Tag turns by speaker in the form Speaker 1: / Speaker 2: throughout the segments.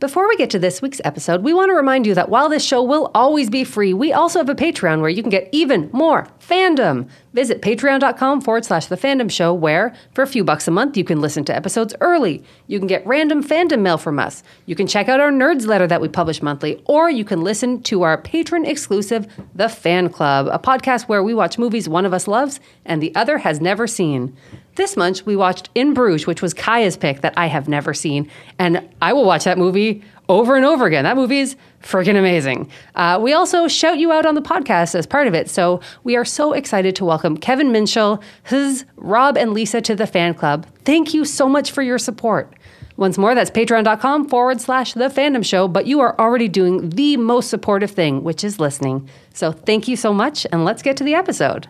Speaker 1: Before we get to this week's episode, we want to remind you that while this show will always be free, we also have a Patreon where you can get even more fandom. Visit patreon.com forward slash the fandom show, where for a few bucks a month, you can listen to episodes early. You can get random fandom mail from us. You can check out our nerds letter that we publish monthly, or you can listen to our patron exclusive The Fan Club, a podcast where we watch movies one of us loves and the other has never seen. This month, we watched In Bruges, which was Kaya's pick that I have never seen. And I will watch that movie over and over again. That movie is freaking amazing. Uh, we also shout you out on the podcast as part of it. So we are so excited to welcome Kevin Minchell, his Rob, and Lisa to the fan club. Thank you so much for your support. Once more, that's patreon.com forward slash the fandom show. But you are already doing the most supportive thing, which is listening. So thank you so much. And let's get to the episode.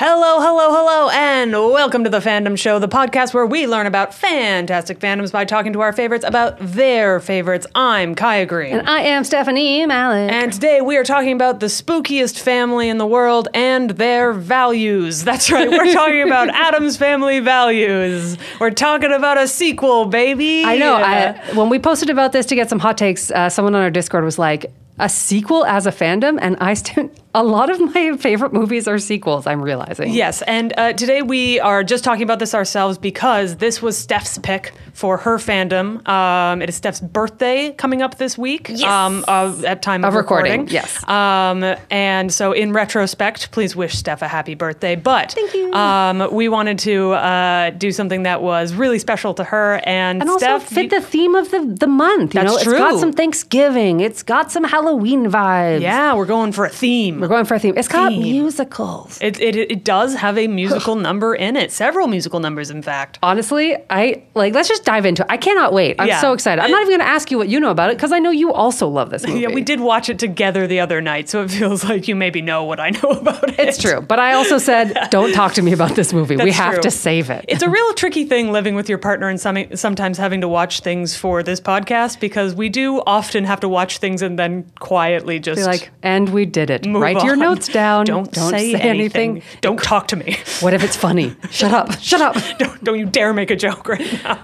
Speaker 2: Hello, hello, hello, and welcome to the Fandom Show, the podcast where we learn about fantastic fandoms by talking to our favorites about their favorites. I'm Kaya Green.
Speaker 1: And I am Stephanie Malik.
Speaker 2: And today we are talking about the spookiest family in the world and their values. That's right, we're talking about Adam's family values. We're talking about a sequel, baby.
Speaker 1: I know.
Speaker 2: Yeah.
Speaker 1: I, when we posted about this to get some hot takes, uh, someone on our Discord was like, "A sequel as a fandom," and I stand. A lot of my favorite movies are sequels. I'm realizing.
Speaker 2: Yes, and uh, today we are just talking about this ourselves because this was Steph's pick for her fandom. Um, it is Steph's birthday coming up this week. Yes. Um, of, at time of,
Speaker 1: Of recording, yes.
Speaker 2: Um, and so, in retrospect, please wish Steph a happy birthday. But thank you. Um, we wanted to uh, do something that was really special to her and,
Speaker 1: And also
Speaker 2: Steph.
Speaker 1: fit
Speaker 2: you-
Speaker 1: the theme of the, the month. You
Speaker 2: That's
Speaker 1: know, it's got
Speaker 2: true.
Speaker 1: some Thanksgiving. It's got some Halloween vibes.
Speaker 2: yeah, we're going for a theme.
Speaker 1: We're going for a theme. It's got
Speaker 2: Theme.
Speaker 1: musicals.
Speaker 2: It, it, it does have a musical number in it, several musical numbers, in fact.
Speaker 1: Honestly, I like. Let's just dive into it. I cannot wait. I'm
Speaker 2: Yeah.
Speaker 1: so excited. I'm not even going to ask you what you know about it because I know you also love this movie.
Speaker 2: Yeah, we did watch it together the other night, so it feels like you maybe know what I know about it.
Speaker 1: It's true, but I also said, "Don't talk to me about this movie. we
Speaker 2: That's
Speaker 1: have
Speaker 2: true.
Speaker 1: to save it."
Speaker 2: It's a real tricky thing living with your partner and some, sometimes having to watch things for this podcast because we do often have to watch things and then quietly just
Speaker 1: Be like, and we did it.
Speaker 2: move
Speaker 1: Write your
Speaker 2: on.
Speaker 1: notes down.
Speaker 2: Don't, say, anything. Don't talk to me.
Speaker 1: What if it's funny? Shut up. Shut up.
Speaker 2: don't, don't you dare make a joke right now.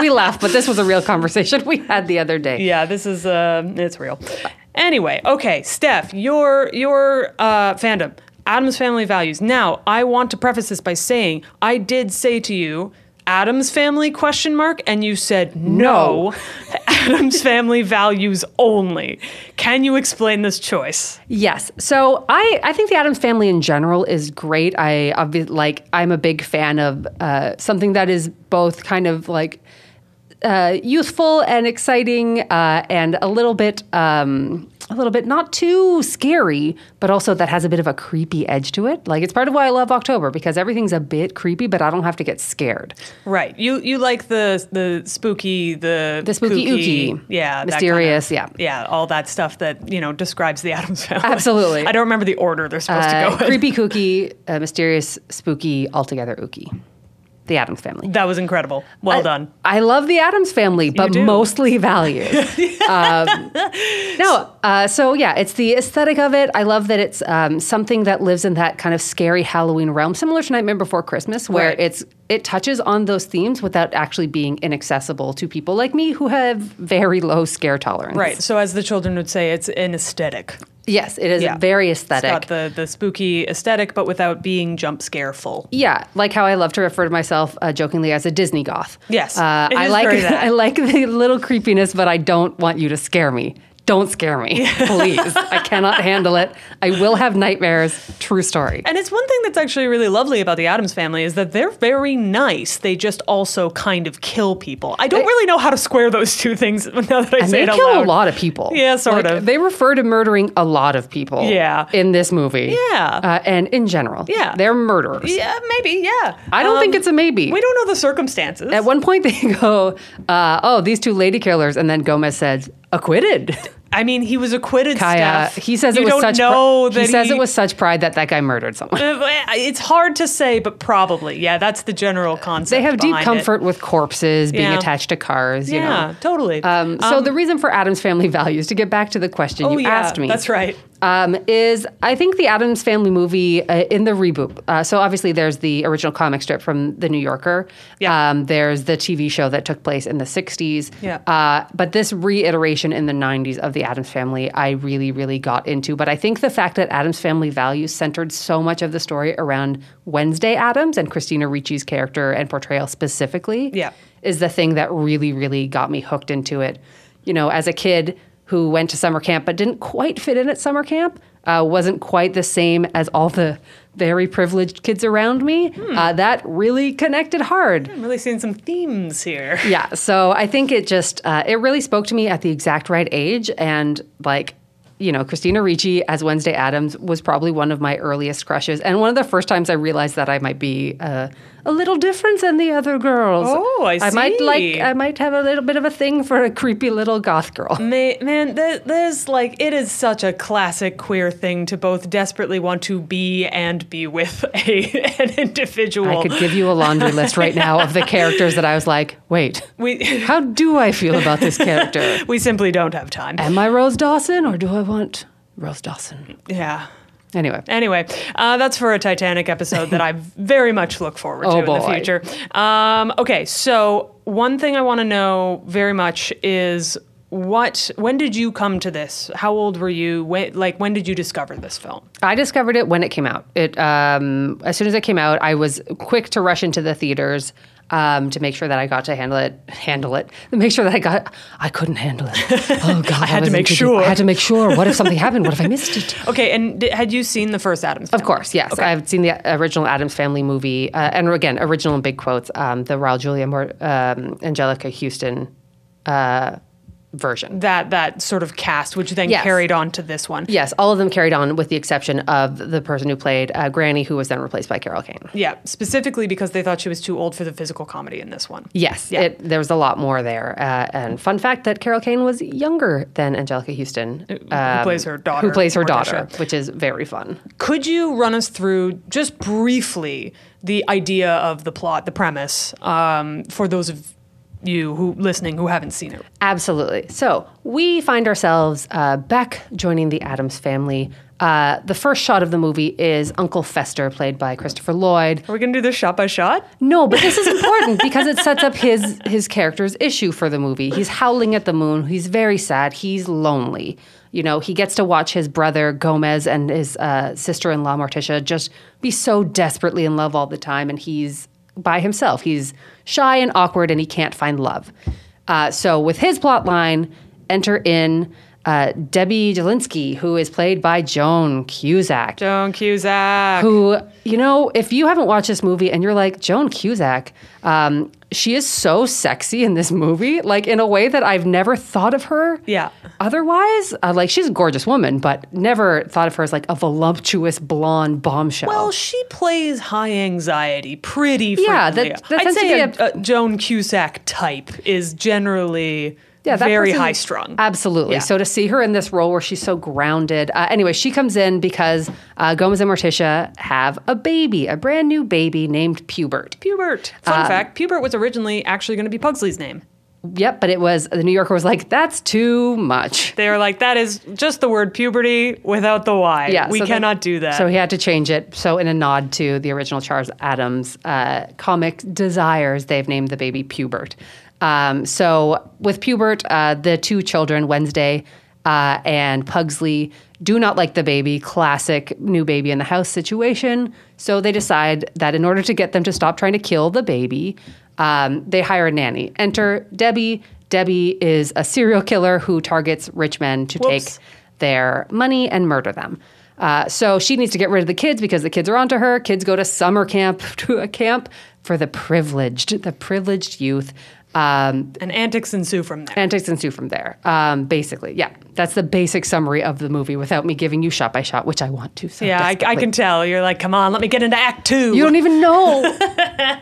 Speaker 1: We laugh, but this was a real conversation we had the other day.
Speaker 2: yeah, this is uh, it's real. Anyway, okay, Steph, your your uh, fandom, Adam's family values. Now, I want to preface this by saying I did say to you. Adam's family question mark and you said no. Adam's family values only. Can you explain this choice?
Speaker 1: Yes. So I, I think the Adams family in general is great. I obvi- like I'm a big fan of uh, something that is both kind of like uh, youthful and exciting uh, and a little bit um, a little bit not too scary, but also that has a bit of a creepy edge to it. Like it's part of why I love October because everything's a bit creepy, but I don't have to get scared.
Speaker 2: Right. You you like the the spooky, the
Speaker 1: The spooky
Speaker 2: kooky,
Speaker 1: ooky.
Speaker 2: yeah, that
Speaker 1: Mysterious,
Speaker 2: kinda- yeah, all that stuff that you know describes the Adams family.
Speaker 1: Absolutely.
Speaker 2: I don't remember the order they're supposed to
Speaker 1: Uh,
Speaker 2: go in.
Speaker 1: creepy, kooky, uh, mysterious, spooky, altogether ooky. The Adams family.
Speaker 2: That was incredible. Well done.
Speaker 1: I love the Adams family, but
Speaker 2: do.
Speaker 1: mostly values. um, no, uh, so yeah, it's the aesthetic of it. I love that it's um, something that lives in that kind of scary Halloween realm, similar to Nightmare Before Christmas, where
Speaker 2: Right.
Speaker 1: it's it touches on those themes without actually being inaccessible to people like me who have very low scare tolerance.
Speaker 2: Right. So, as the children would say, it's an aesthetic.
Speaker 1: Yes, it is very aesthetic.
Speaker 2: It's got the, the spooky aesthetic, but without being jump scareful.
Speaker 1: Yeah, like how I love to refer to myself uh, jokingly as a Disney goth.
Speaker 2: Yes,
Speaker 1: uh,
Speaker 2: it
Speaker 1: I
Speaker 2: is
Speaker 1: like
Speaker 2: very that.
Speaker 1: I like the little creepiness, but I don't want you to scare me. Don't scare me, please. I cannot handle it. I will have nightmares. True story.
Speaker 2: And it's one thing that's actually really lovely about the Adams family is that they're very nice. They just also kind of kill people. I don't really know how to square those two things now that I
Speaker 1: And
Speaker 2: say
Speaker 1: they
Speaker 2: it out
Speaker 1: kill a
Speaker 2: loud.
Speaker 1: lot of people.
Speaker 2: Yeah, sort
Speaker 1: Like,
Speaker 2: of.
Speaker 1: They refer to murdering a lot of people.
Speaker 2: Yeah.
Speaker 1: In this movie.
Speaker 2: Yeah.
Speaker 1: Uh, and in general.
Speaker 2: Yeah.
Speaker 1: They're murderers.
Speaker 2: Yeah, maybe. Yeah.
Speaker 1: I don't
Speaker 2: Um,
Speaker 1: think it's a maybe.
Speaker 2: We don't know the circumstances.
Speaker 1: At one point, they go, uh, "Oh, these two lady killers," and then Gomez says, "Acquitted."
Speaker 2: I mean, he was acquitted.
Speaker 1: Kaya,
Speaker 2: Steph.
Speaker 1: he says
Speaker 2: you
Speaker 1: it was
Speaker 2: don't
Speaker 1: such pri-
Speaker 2: know that
Speaker 1: he says it was such pride that that guy murdered someone.
Speaker 2: Uh, It's hard to say, but probably. Yeah, that's the general concept.
Speaker 1: They have deep
Speaker 2: behind it.
Speaker 1: comfort with corpses being
Speaker 2: Yeah.
Speaker 1: attached to cars, you
Speaker 2: Yeah,
Speaker 1: know.
Speaker 2: totally.
Speaker 1: Um, so the reason for Adam's family values, to get back to the question
Speaker 2: Um, oh,
Speaker 1: you
Speaker 2: yeah,
Speaker 1: asked me,
Speaker 2: That's right.
Speaker 1: um, is I think the Adams Family movie uh, in the reboot. Uh, so obviously there's the original comic strip from the New Yorker.
Speaker 2: Yeah.
Speaker 1: Um, there's the TV show that took place in the '60s.
Speaker 2: Yeah.
Speaker 1: Uh, but this reiteration in the '90s of the Adams Family, I really, really got into. But I think the fact that Adams Family values centered so much of the story around Wednesday Adams and Christina Ricci's character and portrayal specifically
Speaker 2: Yeah.
Speaker 1: is the thing that really, really got me hooked into it. You know, as a kid who went to summer camp but didn't quite fit in at summer camp, uh, wasn't quite the same as all the very privileged kids around me, uh, that really connected hard.
Speaker 2: I'm really seeing some themes here.
Speaker 1: Yeah, so I think it just uh, it really spoke to me at the exact right age, and like you know, Christina Ricci as Wednesday Adams was probably one of my earliest crushes, and one of the first times I realized that I might be uh, a little different than the other girls.
Speaker 2: Oh, I
Speaker 1: I might like
Speaker 2: see.
Speaker 1: I might have a little bit of a thing for a creepy little goth girl.
Speaker 2: Ma- Man, th- there's like it is such a classic queer thing to both desperately want to be and be with a, an individual.
Speaker 1: I could give you a laundry list right now of the characters that I was like, wait,
Speaker 2: we
Speaker 1: how do I feel about this character?
Speaker 2: we simply don't have time.
Speaker 1: Am I Rose Dawson or do I want Rose Dawson?
Speaker 2: Yeah.
Speaker 1: Anyway.
Speaker 2: Anyway, uh, that's for a Titanic episode that I very much look forward to
Speaker 1: Oh,
Speaker 2: in the
Speaker 1: boy.
Speaker 2: future. Um, okay, so one thing I want to know very much is what when did you come to this? How old were you? When, like when did you discover this film?
Speaker 1: I discovered it when it came out. It um, as soon as it came out, I was quick to rush into the theaters um, to make sure that I got to handle it. Handle it. Make sure that I got. I couldn't handle it. Oh God! I
Speaker 2: had to
Speaker 1: was
Speaker 2: make
Speaker 1: into-
Speaker 2: sure.
Speaker 1: I had to make sure. What if something happened? What if I missed it?
Speaker 2: Okay, and d- had you seen the first Adams?
Speaker 1: Of course, yes. I've seen the uh, original Adams Family movie, uh, and again, original in big quotes, um, the Raul Julia Mor- um, Angelica Houston uh, version.
Speaker 2: that that sort of cast, which then
Speaker 1: Yes.
Speaker 2: carried on to this one.
Speaker 1: Yes, all of them carried on with the exception of the person who played uh, Granny, who was then replaced by Carol Kane.
Speaker 2: Yeah, specifically because they thought she was too old for the physical comedy in this one.
Speaker 1: Yes,
Speaker 2: Yeah.
Speaker 1: it, there was a lot more there. Uh, and fun fact that Carol Kane was younger than Angelica Houston, um,
Speaker 2: plays her daughter,
Speaker 1: who plays her
Speaker 2: Morticia.
Speaker 1: daughter, which is very fun.
Speaker 2: Could you run us through just briefly the idea of the plot, the premise, um, for those of you who listening who haven't seen it?
Speaker 1: Absolutely. So we find ourselves uh, back joining the Adams family. Uh, the first shot of the movie is Uncle Fester, played by Christopher Lloyd,
Speaker 2: Are we gonna do this shot by shot?
Speaker 1: No, but this is important because it sets up his his character's issue for the movie. He's howling at the moon. He's very sad. He's lonely. You know, he gets to watch his brother Gomez and his uh, sister-in-law Morticia just be so desperately in love all the time, and he's by himself. He's shy and awkward, and he can't find love. Uh, so, with his plot line, enter in uh, Debbie Jelinski, who is played by Joan Cusack
Speaker 2: Joan Cusack.
Speaker 1: who, you know, if you haven't watched this movie and you're like, Joan Cusack, um, she is so sexy in this movie, like in a way that I've never thought of her.
Speaker 2: Yeah.
Speaker 1: Otherwise, uh, like she's a gorgeous woman, but never thought of her as like a voluptuous blonde bombshell.
Speaker 2: Well, she plays high anxiety pretty frequently.
Speaker 1: Yeah, that- that
Speaker 2: I'd
Speaker 1: tends to
Speaker 2: say
Speaker 1: be
Speaker 2: a, a Joan Cusack type is generally very
Speaker 1: person-
Speaker 2: high strung.
Speaker 1: Absolutely.
Speaker 2: Yeah.
Speaker 1: So to see her in this role where she's so grounded. Uh, anyway, she comes in because uh, Gomez and Morticia have a baby, a brand new baby named Pubert.
Speaker 2: Pubert. Fun fact: Pubert was originally actually going to be Pugsley's name.
Speaker 1: Yep, but it was the New Yorker was like, that's too much.
Speaker 2: They were like, "That is just the word puberty without the Y.
Speaker 1: Yeah,
Speaker 2: we
Speaker 1: so they-
Speaker 2: cannot do that."
Speaker 1: So he had to change it. So in a nod to the original Charles Adams uh, comic Desires, they've named the baby Pubert. Um, so with Pubert, uh, the two children, Wednesday uh, and Pugsley, do not like the baby. Classic new baby in the house situation. So they decide that in order to get them to stop trying to kill the baby, um, they hire a nanny. Enter Debbie. Debbie is a serial killer who targets rich men to
Speaker 2: Whoops.
Speaker 1: take their money and murder them. Uh, so she needs to get rid of the kids because the kids are onto her. Kids go to summer camp, to a camp for the privileged, the privileged youth. Um,
Speaker 2: and antics ensue from there.
Speaker 1: antics ensue from there, um, basically. Yeah, that's the basic summary of the movie without me giving you shot by shot, which I want to. So
Speaker 2: yeah, I, I
Speaker 1: desperately.
Speaker 2: can tell. You're like, "Come on, let me get into Act Two.
Speaker 1: You don't even know.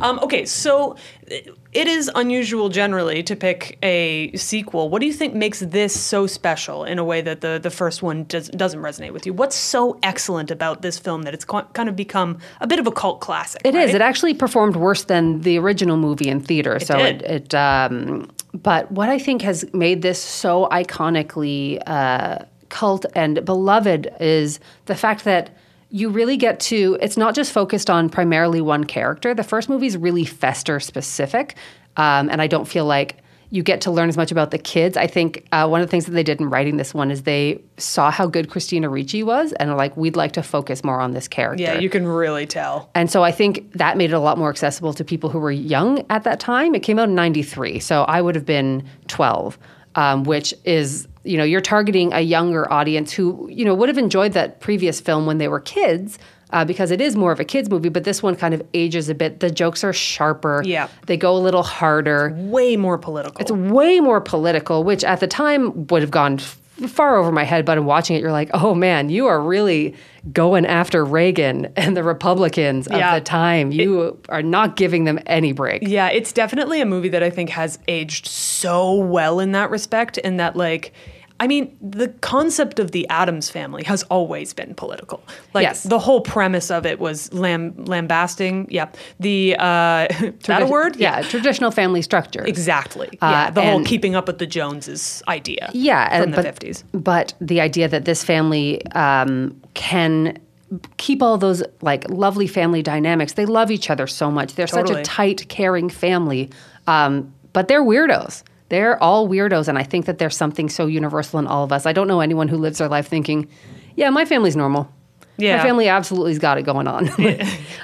Speaker 2: um, okay, so it is unusual generally to pick a sequel. What do you think makes this so special in a way that the the first one does, doesn't resonate with you? What's so excellent about this film that it's co- kind of become a bit of a cult classic?
Speaker 1: It is. It actually performed worse than the original movie in theater. so
Speaker 2: did.
Speaker 1: it. it um, but what I think has made this so iconically uh, cult and beloved is the fact that you really get to it's not just focused on primarily one character. The first movie is really Fester specific, um, and I don't feel like you get to learn as much about the kids. I think uh, one of the things that they did in writing this one is they saw how good Christina Ricci was, and are like, we'd like to focus more on this character.
Speaker 2: Yeah, you can really tell.
Speaker 1: And so I think that made it a lot more accessible to people who were young at that time. It came out in 93, so I would have been 12, um, which is, you know, you're targeting a younger audience who, you know, would have enjoyed that previous film when they were kids. Uh, because it is more of a kids movie, but this one kind of ages a bit. The jokes are sharper.
Speaker 2: Yeah.
Speaker 1: they go a little harder.
Speaker 2: Way more political.
Speaker 1: It's way more political, which at the time would have gone f- far over my head. But in watching it, you're like, oh man, you are really going after Reagan and the Republicans
Speaker 2: Yeah.
Speaker 1: of the time. You are not giving them any break.
Speaker 2: Yeah, it's definitely a movie that I think has aged so well in that respect, in that, like, I mean, the concept of the Adams family has always been political. Like,
Speaker 1: Yes.
Speaker 2: the whole premise of it was lam- lambasting. Yeah. The, uh, is that a word?
Speaker 1: Yeah, traditional family structure.
Speaker 2: Exactly.
Speaker 1: Uh,
Speaker 2: yeah. The whole
Speaker 1: and-
Speaker 2: keeping up with the Joneses idea.
Speaker 1: Yeah,
Speaker 2: From
Speaker 1: and-
Speaker 2: the
Speaker 1: but,
Speaker 2: 50s.
Speaker 1: But the idea that this family um, can keep all those like lovely family dynamics. They love each other so much. They're such
Speaker 2: Totally.
Speaker 1: a tight, caring family. Um, but they're weirdos. They're all weirdos, and I think that there's something so universal in all of us. I don't know anyone who lives their life thinking, "Yeah, my family's normal."
Speaker 2: Yeah.
Speaker 1: My family absolutely's got it going on.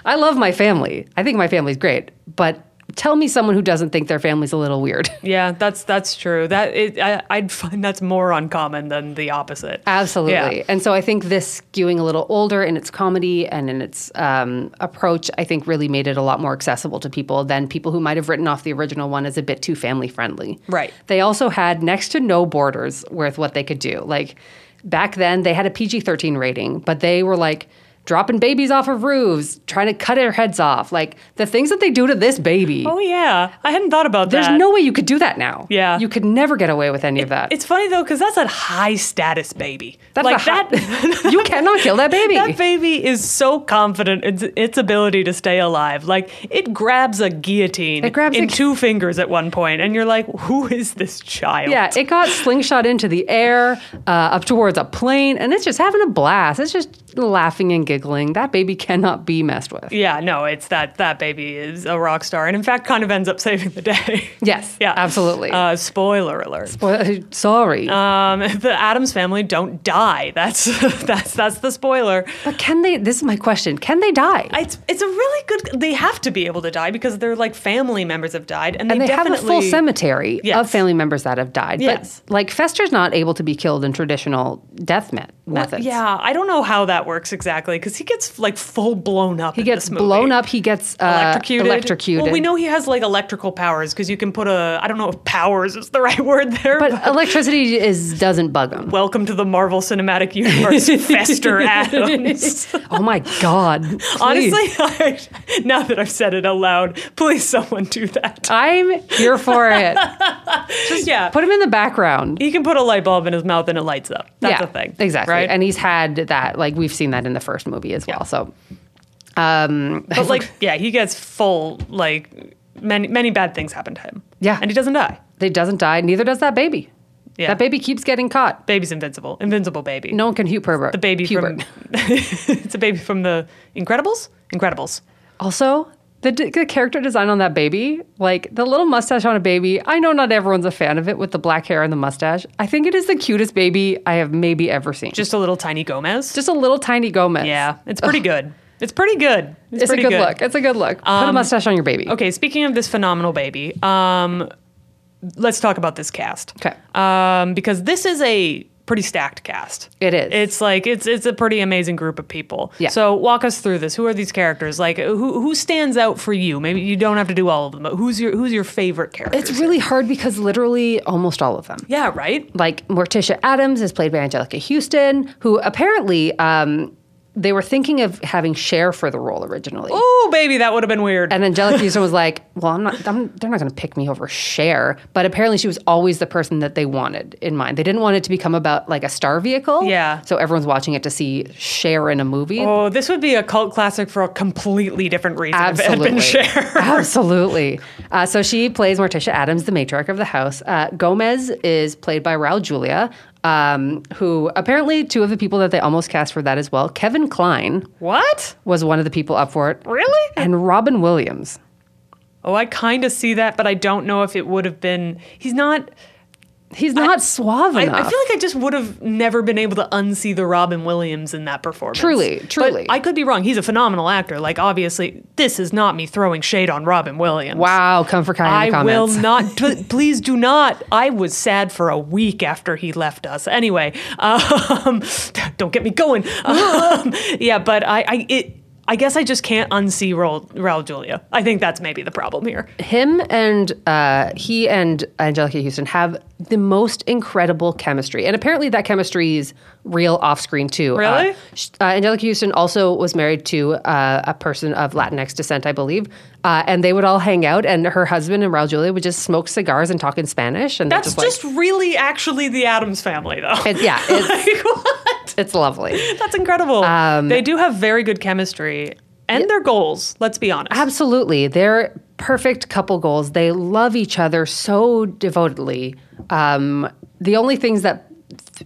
Speaker 1: I love my family. I think my family's great. But tell me someone who doesn't think their family's a little weird.
Speaker 2: Yeah, that's that's true. That it, I, I'd find that's more uncommon than the opposite.
Speaker 1: Absolutely.
Speaker 2: Yeah.
Speaker 1: And so I think this skewing a little older in its comedy and in its um, approach, I think really made it a lot more accessible to people than people who might have written off the original one as a bit too family friendly.
Speaker 2: Right.
Speaker 1: They also had next to no borders with what they could do. Like back then, they had a PG 13 rating, but they were like, Dropping babies off of roofs, trying to cut their heads off. Like the things that they do to this baby.
Speaker 2: Oh yeah, I hadn't thought about
Speaker 1: there's
Speaker 2: that.
Speaker 1: no way you could do that now.
Speaker 2: Yeah.
Speaker 1: You could never get away with any of that.
Speaker 2: It's funny though, because that's a high status baby.
Speaker 1: That's
Speaker 2: like
Speaker 1: a hot-
Speaker 2: that.
Speaker 1: you cannot kill that baby.
Speaker 2: That baby is so confident in its ability to stay alive. Like it grabs a guillotine
Speaker 1: It grabs
Speaker 2: in
Speaker 1: a-
Speaker 2: two fingers at one point, and you're like, "Who is this child?"
Speaker 1: Yeah, it got slingshot into the air, uh, up towards a plane, and it's just having a blast. It's just laughing and giggling. That baby cannot be messed with.
Speaker 2: yeah. No, it's that that baby is a rock star, and in fact, kind of ends up saving the day.
Speaker 1: Yes,
Speaker 2: yeah,
Speaker 1: absolutely.
Speaker 2: Uh, spoiler alert.
Speaker 1: Well, uh, sorry.
Speaker 2: Um, the Adams family don't die. That's that's that's the spoiler.
Speaker 1: but can they? This is my question. Can they die?
Speaker 2: It's it's a really good. They have to be able to die because they're like family members have died, and they,
Speaker 1: and they have
Speaker 2: definitely
Speaker 1: a full cemetery
Speaker 2: Yes.
Speaker 1: of family members that have died.
Speaker 2: Yes.
Speaker 1: But like Fester's not able to be killed in traditional death met- methods.
Speaker 2: Yeah, I don't know how that works exactly because he gets like full blown up.
Speaker 1: He gets blown up. He gets uh,
Speaker 2: Electrocuted.
Speaker 1: Electrocuted.
Speaker 2: Well, we know he has like electrical powers because you can put a. I don't know if powers is the right word there, but,
Speaker 1: but uh, electricity is doesn't bug him.
Speaker 2: welcome to the Marvel Cinematic Universe, Fester Adams.
Speaker 1: oh my god! Please.
Speaker 2: Honestly, I, now that I've said it aloud, please someone do that.
Speaker 1: I'm here for it.
Speaker 2: yeah.
Speaker 1: Put him in the background.
Speaker 2: he can put a light bulb in his mouth and it lights up. That's
Speaker 1: yeah,
Speaker 2: a thing.
Speaker 1: Exactly.
Speaker 2: Right?
Speaker 1: And he's had that, like we've seen that in the first movie as well. So um
Speaker 2: but like, yeah, he gets full, like, many, many bad things happen to him.
Speaker 1: Yeah.
Speaker 2: And he doesn't die.
Speaker 1: they doesn't die, neither does that baby.
Speaker 2: Yeah.
Speaker 1: That baby keeps getting caught.
Speaker 2: Baby's invincible. Invincible baby.
Speaker 1: No one can hubert.
Speaker 2: The baby
Speaker 1: hubert.
Speaker 2: from. it's a baby from the Incredibles? Incredibles.
Speaker 1: Also, the, d- the character design on that baby, like the little mustache on a baby, I know not everyone's a fan of it with the black hair and the mustache. I think it is the cutest baby I have maybe ever seen.
Speaker 2: Just a little tiny Gomez.
Speaker 1: just a little tiny Gomez.
Speaker 2: yeah. It's pretty good. It's pretty good. It's,
Speaker 1: It's a
Speaker 2: pretty
Speaker 1: good, look. It's a good look. Put a mustache on your baby.
Speaker 2: Okay, speaking of this phenomenal baby, um, let's talk about this cast.
Speaker 1: Okay.
Speaker 2: Um, because this is a pretty stacked cast.
Speaker 1: It is.
Speaker 2: It's like it's it's a pretty amazing group of people.
Speaker 1: Yeah.
Speaker 2: So walk us through this. Who are these characters? Like who who stands out for you? Maybe you don't have to do all of them, but who's your who's your favorite character?
Speaker 1: It's really hard because literally almost all of them.
Speaker 2: yeah, right?
Speaker 1: like Morticia Adams is played by Angelica Houston, who apparently um, they were thinking of having Cher for the role originally.
Speaker 2: Oh baby, that would have been weird.
Speaker 1: And Angelica Houston was like, "Well, I'm not. I'm, they're not going to pick me over Cher." But apparently, she was always the person that they wanted in mind. They didn't want it to become about like a star vehicle.
Speaker 2: Yeah.
Speaker 1: So everyone's watching it to see Cher in a movie.
Speaker 2: oh, this would be a cult classic for a completely different reason
Speaker 1: Absolutely.
Speaker 2: if it had been Cher.
Speaker 1: Absolutely. Uh, so she plays Morticia Adams, the matriarch of the house. Uh, Gomez is played by Raul Julia. um, who apparently two of the people that they almost cast for that as well, Kevin Klein
Speaker 2: What?
Speaker 1: was one of the people up for it,
Speaker 2: Really?
Speaker 1: and Robin Williams.
Speaker 2: Oh, I kind of see that, but I don't know if it would have been. He's not.
Speaker 1: He's not suave
Speaker 2: I, I feel
Speaker 1: enough.
Speaker 2: like I just would have never been able to unsee the Robin Williams in that performance.
Speaker 1: Truly,
Speaker 2: But
Speaker 1: truly.
Speaker 2: I could be wrong. He's a phenomenal actor. Like, obviously, this is not me throwing shade on Robin Williams.
Speaker 1: wow, come for Kai in the
Speaker 2: I will
Speaker 1: comments.
Speaker 2: not. P- please do not. I was sad for a week after he left us. Anyway, um, don't get me going. Um, yeah, but I, I, it, I guess I just can't unsee Raul, Raul Julia. I think that's maybe the problem here.
Speaker 1: Him and uh, he and Angelica Houston have the most incredible chemistry, and apparently that chemistry is real off screen too.
Speaker 2: Really?
Speaker 1: Uh, sh- uh, Angelica Houston also was married to uh, a person of Latinx descent, I believe, uh, and they would all hang out, and her husband and Raul Julia would just smoke cigars and talk in Spanish, and they're
Speaker 2: That's
Speaker 1: like-
Speaker 2: just really actually the Adams family, though.
Speaker 1: It- yeah, it's,
Speaker 2: Like, what?
Speaker 1: it's lovely.
Speaker 2: That's incredible.
Speaker 1: Um,
Speaker 2: they do have very good chemistry and their goals. Let's be honest.
Speaker 1: Absolutely. They're perfect couple goals. They love each other so devotedly. Um, the only things that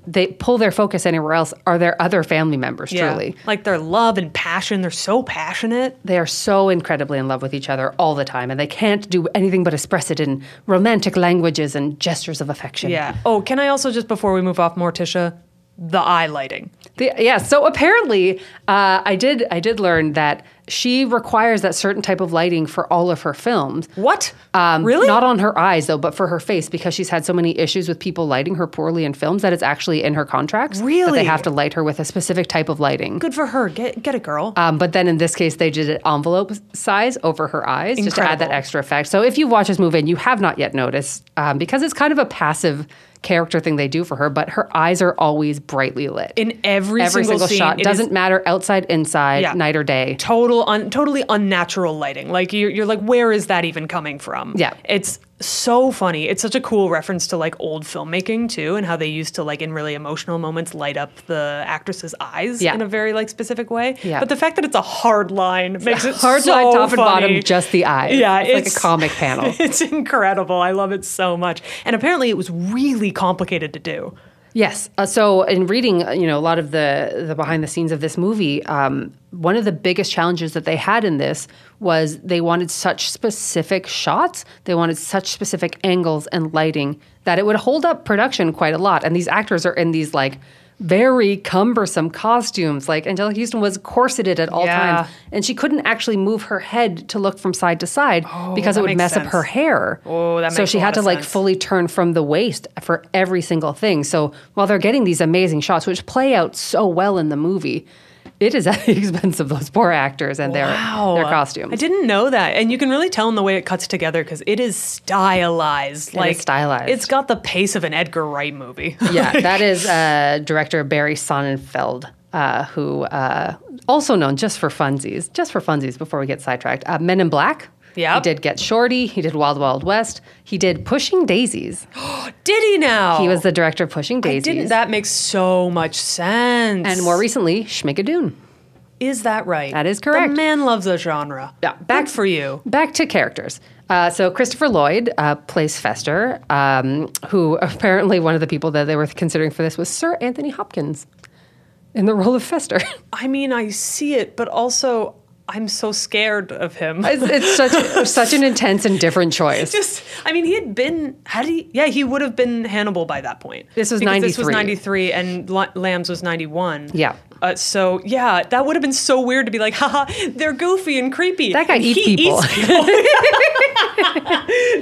Speaker 1: they pull their focus anywhere else are their other family members,
Speaker 2: Yeah.
Speaker 1: truly.
Speaker 2: like their love and passion. They're so passionate.
Speaker 1: They are so incredibly in love with each other all the time, and they can't do anything but express it in romantic languages and gestures of affection.
Speaker 2: Yeah. Oh, can I also just before we move off Morticia, the eye lighting.
Speaker 1: The, yeah. So apparently, uh, I did. I did learn that she requires that certain type of lighting for all of her films.
Speaker 2: What?
Speaker 1: Um,
Speaker 2: really?
Speaker 1: Not on her eyes though, but for her face because she's had so many issues with people lighting her poorly in films that it's actually in her contracts. That
Speaker 2: Really?
Speaker 1: they have to light her with a specific type of lighting.
Speaker 2: good for her. Get get it, girl.
Speaker 1: Um, but then in this case, they did it envelope size over her eyes just to add that
Speaker 2: Incredible.
Speaker 1: extra effect. So if you watch this movie and you have not yet noticed, um, because it's kind of a passive character thing they do for her, but her eyes are always brightly lit.
Speaker 2: in every,
Speaker 1: Every single,
Speaker 2: scene,
Speaker 1: shot
Speaker 2: it is
Speaker 1: doesn't matter outside, inside,
Speaker 2: Yeah.
Speaker 1: night or day.
Speaker 2: total un, totally unnatural lighting like you're, you're like where is that even coming from
Speaker 1: Yeah.
Speaker 2: it's so funny it's such a cool reference to like old filmmaking too and how they used to like in really emotional moments light up the actress's eyes
Speaker 1: Yeah.
Speaker 2: in a very like specific way
Speaker 1: Yeah.
Speaker 2: but the fact that it's a hard line makes it
Speaker 1: Hard
Speaker 2: so
Speaker 1: line, top and
Speaker 2: funny.
Speaker 1: bottom, just the eyes.
Speaker 2: yeah
Speaker 1: it's, like a comic panel.
Speaker 2: it's incredible i love it so much and apparently it was really complicated to do
Speaker 1: Yes. Uh, so, in reading, uh, you know, a lot of the the behind the scenes of this movie, um, one of the biggest challenges that they had in this was they wanted such specific shots, they wanted such specific angles and lighting that it would hold up production quite a lot. And these actors are in these like very cumbersome costumes. Like Angelica Houston was corseted at all
Speaker 2: Yeah.
Speaker 1: times, and she couldn't actually move her head to look from side to side because
Speaker 2: Oh, that
Speaker 1: it would
Speaker 2: makes
Speaker 1: mess up
Speaker 2: sense.
Speaker 1: her hair.
Speaker 2: Oh, that
Speaker 1: so
Speaker 2: makes
Speaker 1: she
Speaker 2: a
Speaker 1: had
Speaker 2: lot
Speaker 1: to
Speaker 2: of
Speaker 1: like
Speaker 2: sense.
Speaker 1: fully fully turn from the waist for every single thing. So while they're getting these amazing shots, which play out so well in the movie, it is at the expense of those poor actors and
Speaker 2: Wow.
Speaker 1: their their costumes.
Speaker 2: I didn't know that. And you can really tell in the way it cuts together because it is stylized.
Speaker 1: is stylized.
Speaker 2: It's got the pace of an Edgar Wright movie.
Speaker 1: yeah, that is uh, director Barry Sonnenfeld, uh, who uh, also known just for funsies, just for funsies. Before we get sidetracked, uh, Men in Black.
Speaker 2: Yep.
Speaker 1: he did Get Shorty. He did Wild Wild West. He did Pushing Daisies.
Speaker 2: Did he now?
Speaker 1: He was the director of Pushing Daisies.
Speaker 2: Oh. Didn't that make so much sense?
Speaker 1: and more recently, Schmigadoon.
Speaker 2: is that right?
Speaker 1: That is correct.
Speaker 2: The man loves a genre.
Speaker 1: Yeah,
Speaker 2: back for you.
Speaker 1: Back to characters. Uh, so Christopher Lloyd uh, plays Fester, um, who apparently one of the people that they were considering for this was Sir Anthony Hopkins in the role of Fester.
Speaker 2: I mean, I see it, but also I'm so scared of him.
Speaker 1: it's, it's such such an intense and different choice.
Speaker 2: just I mean, he had been had he yeah he would have been Hannibal by that point.
Speaker 1: This was
Speaker 2: Because This was
Speaker 1: 93.
Speaker 2: ninety three, and L- Lambs was ninety one.
Speaker 1: Yeah.
Speaker 2: Uh, so yeah, that would have been so weird to be like, haha, they're goofy and creepy.
Speaker 1: That guy
Speaker 2: and
Speaker 1: eats
Speaker 2: he
Speaker 1: people.
Speaker 2: people.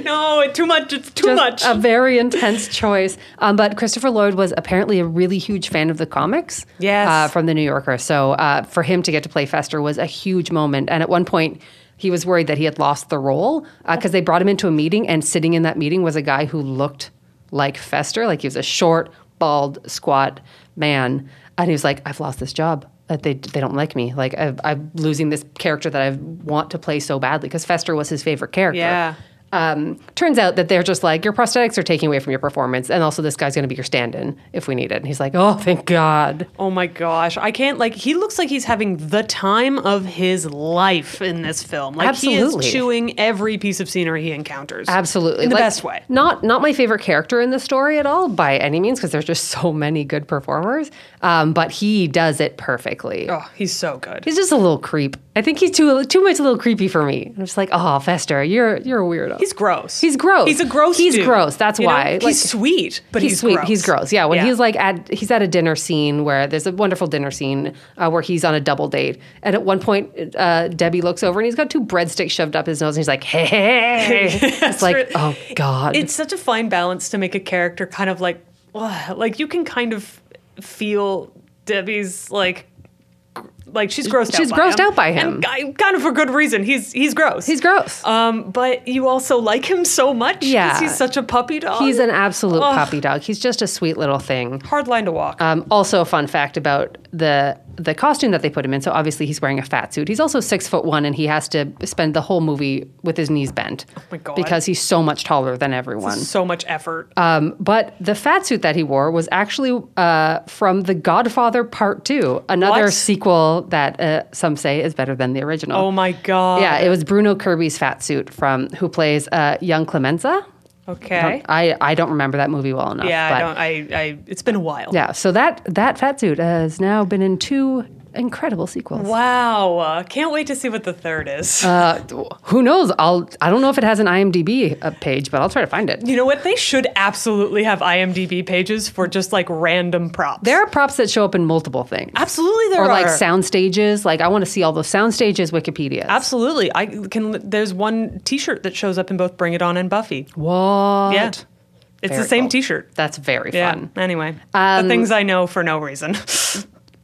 Speaker 2: no, it's too much. It's too much.
Speaker 1: Just um, a very intense choice. Um, but Christopher Lloyd was apparently a really huge fan of the comics
Speaker 2: Yes.
Speaker 1: uh, from The New Yorker. So uh, for him to get to play Fester was a huge moment. And at one point, he was worried that he had lost the role because they brought him into a meeting, and sitting in that meeting was a guy who looked like Fester. Like he was a short, bald, squat man. And he was like, I've lost this job. Uh, They, they don't like me. Like, i I'm losing this character that I want to play so badly because Fester was his favorite character.
Speaker 2: Yeah.
Speaker 1: Um, turns out that they're just like, your prosthetics are taking away from your performance. And also, this guy's going to be your stand in if we need it. And he's like, oh, thank God.
Speaker 2: Oh my gosh. I can't like he looks like he's having the time of his life in this film. Like
Speaker 1: Absolutely.
Speaker 2: he is chewing every piece of scenery he encounters.
Speaker 1: Absolutely.
Speaker 2: In the
Speaker 1: Like,
Speaker 2: best way.
Speaker 1: Not not my favorite character in the story at all by any means because there's just so many good performers. Um, but he does it perfectly.
Speaker 2: Oh, he's so good.
Speaker 1: He's just a little creep. I think he's too too much a little creepy for me. I'm just like, "Oh, Fester, you're you're a weirdo."
Speaker 2: He's gross.
Speaker 1: He's gross.
Speaker 2: He's a gross
Speaker 1: He's
Speaker 2: dude,
Speaker 1: gross. That's
Speaker 2: you know?
Speaker 1: why. Like-
Speaker 2: he's sweet, but he's,
Speaker 1: he's, sweet. He's gross. Yeah, when
Speaker 2: Yeah.
Speaker 1: he's like at he's at a dinner scene where there's a wonderful dinner scene uh, where he's on a double date, and at one point uh, Debbie looks over and he's got two breadsticks shoved up his nose, and he's like, "Hey, hey, hey." it's like,
Speaker 2: right.
Speaker 1: oh god,
Speaker 2: It's such a fine balance to make a character kind of like ugh, like you can kind of feel Debbie's like gr- like she's grossed
Speaker 1: She's
Speaker 2: out by
Speaker 1: grossed
Speaker 2: him.
Speaker 1: out by him.
Speaker 2: And ki- kind of for good reason. He's he's gross.
Speaker 1: he's gross.
Speaker 2: Um, but you also like him so much because
Speaker 1: Yeah.
Speaker 2: he's such a puppy dog.
Speaker 1: he's an absolute
Speaker 2: Ugh.
Speaker 1: puppy dog. He's just a sweet little thing."
Speaker 2: hard line to walk.
Speaker 1: Um, also, a fun fact about the the costume that they put him in. So obviously, he's wearing a fat suit. He's also six foot one, and he has to spend the whole movie with his knees bent
Speaker 2: Oh my God.
Speaker 1: because he's so much taller than everyone.
Speaker 2: so much effort.
Speaker 1: Um, but the fat suit that he wore was actually uh, from The Godfather Part Two, another
Speaker 2: What?
Speaker 1: sequel that uh, some say is better than the original.
Speaker 2: oh my god.
Speaker 1: Yeah, it was Bruno Kirby's fat suit from who plays uh, young Clemenza. Um,
Speaker 2: Okay.
Speaker 1: I I don't remember that movie well enough.
Speaker 2: yeah,
Speaker 1: Uh, but
Speaker 2: I don't. I, I. It's been a while.
Speaker 1: yeah, so that that fat suit has now been in two incredible sequels.
Speaker 2: Wow. Uh, can't wait to see what the third is.
Speaker 1: Uh, who knows? I'll I don't know if it has an IMDb uh, page, but I'll try to find it.
Speaker 2: you know what? They should absolutely have IMDb pages for just like random props.
Speaker 1: There are props that show up in multiple things.
Speaker 2: absolutely
Speaker 1: Or
Speaker 2: there are
Speaker 1: like sound stages. Like I want to see all those sound stages Wikipedia.
Speaker 2: Absolutely. I can. There's one T-shirt that shows up in both Bring It On and Buffy.
Speaker 1: What?
Speaker 2: Yeah. It's
Speaker 1: Very
Speaker 2: the same
Speaker 1: cool.
Speaker 2: T-shirt.
Speaker 1: That's very
Speaker 2: Yeah.
Speaker 1: fun.
Speaker 2: Anyway,
Speaker 1: Um,
Speaker 2: the things I know for no reason.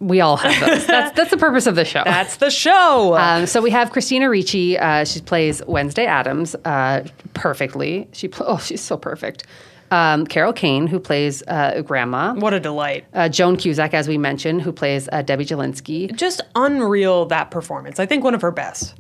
Speaker 1: We all have those. that's that's the purpose of the show.
Speaker 2: That's the show.
Speaker 1: Um, so we have Christina Ricci. Uh, she plays Wednesday Adams uh, perfectly. She pl- oh, she's so perfect. Um, Carol Kane, who plays uh, Grandma.
Speaker 2: what a delight.
Speaker 1: Uh, Joan Cusack, as we mentioned, who plays uh, Debbie Jelinski.
Speaker 2: Just unreal that performance. I think one of her best.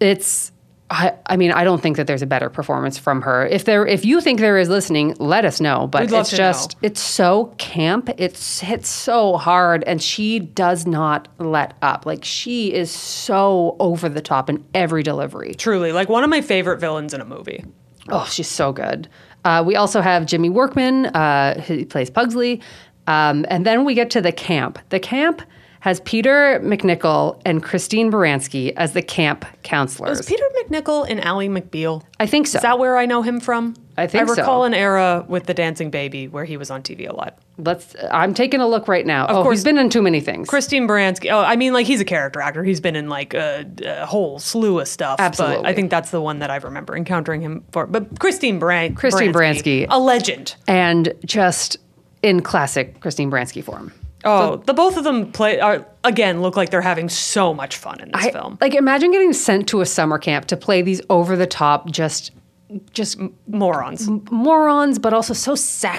Speaker 1: It's I, I mean, I don't think that there's a better performance from her. If there, if you think there is listening, let us know. But
Speaker 2: We'd love
Speaker 1: it's
Speaker 2: to
Speaker 1: just, it's so camp. It's hits so hard, and she does not let up. Like she is so over the top in every delivery.
Speaker 2: Truly, like one of my favorite villains in a movie.
Speaker 1: Oh, she's so good. Uh, we also have Jimmy Workman, uh, who plays Pugsley. Um, and then we get to the camp. The camp has Peter McNichol and Christine Baranski as the camp
Speaker 2: Was
Speaker 1: counselors.
Speaker 2: Peter McNichol and Ally McBeal?
Speaker 1: I think so.
Speaker 2: Is that where I know him from?
Speaker 1: I think
Speaker 2: I
Speaker 1: so.
Speaker 2: recall an era with the Dancing Baby where he was on TV a lot.
Speaker 1: Let's. I'm taking a look right now. oh,
Speaker 2: course.
Speaker 1: he's been in too many things.
Speaker 2: Christine Baranski. Oh, I mean, like he's a character actor. He's been in like a, a whole slew of stuff. But
Speaker 1: Absolutely.
Speaker 2: I think that's the one that I remember encountering him for. But Christine Baran-
Speaker 1: Christine Baranski.
Speaker 2: a legend.
Speaker 1: and just in classic Christine Baranski form.
Speaker 2: Oh, the both of them play are again look like they're having so much fun in this
Speaker 1: I-
Speaker 2: film.
Speaker 1: Like imagine getting sent to a summer camp to play these over the top, just, just
Speaker 2: Morons.
Speaker 1: morons, but also so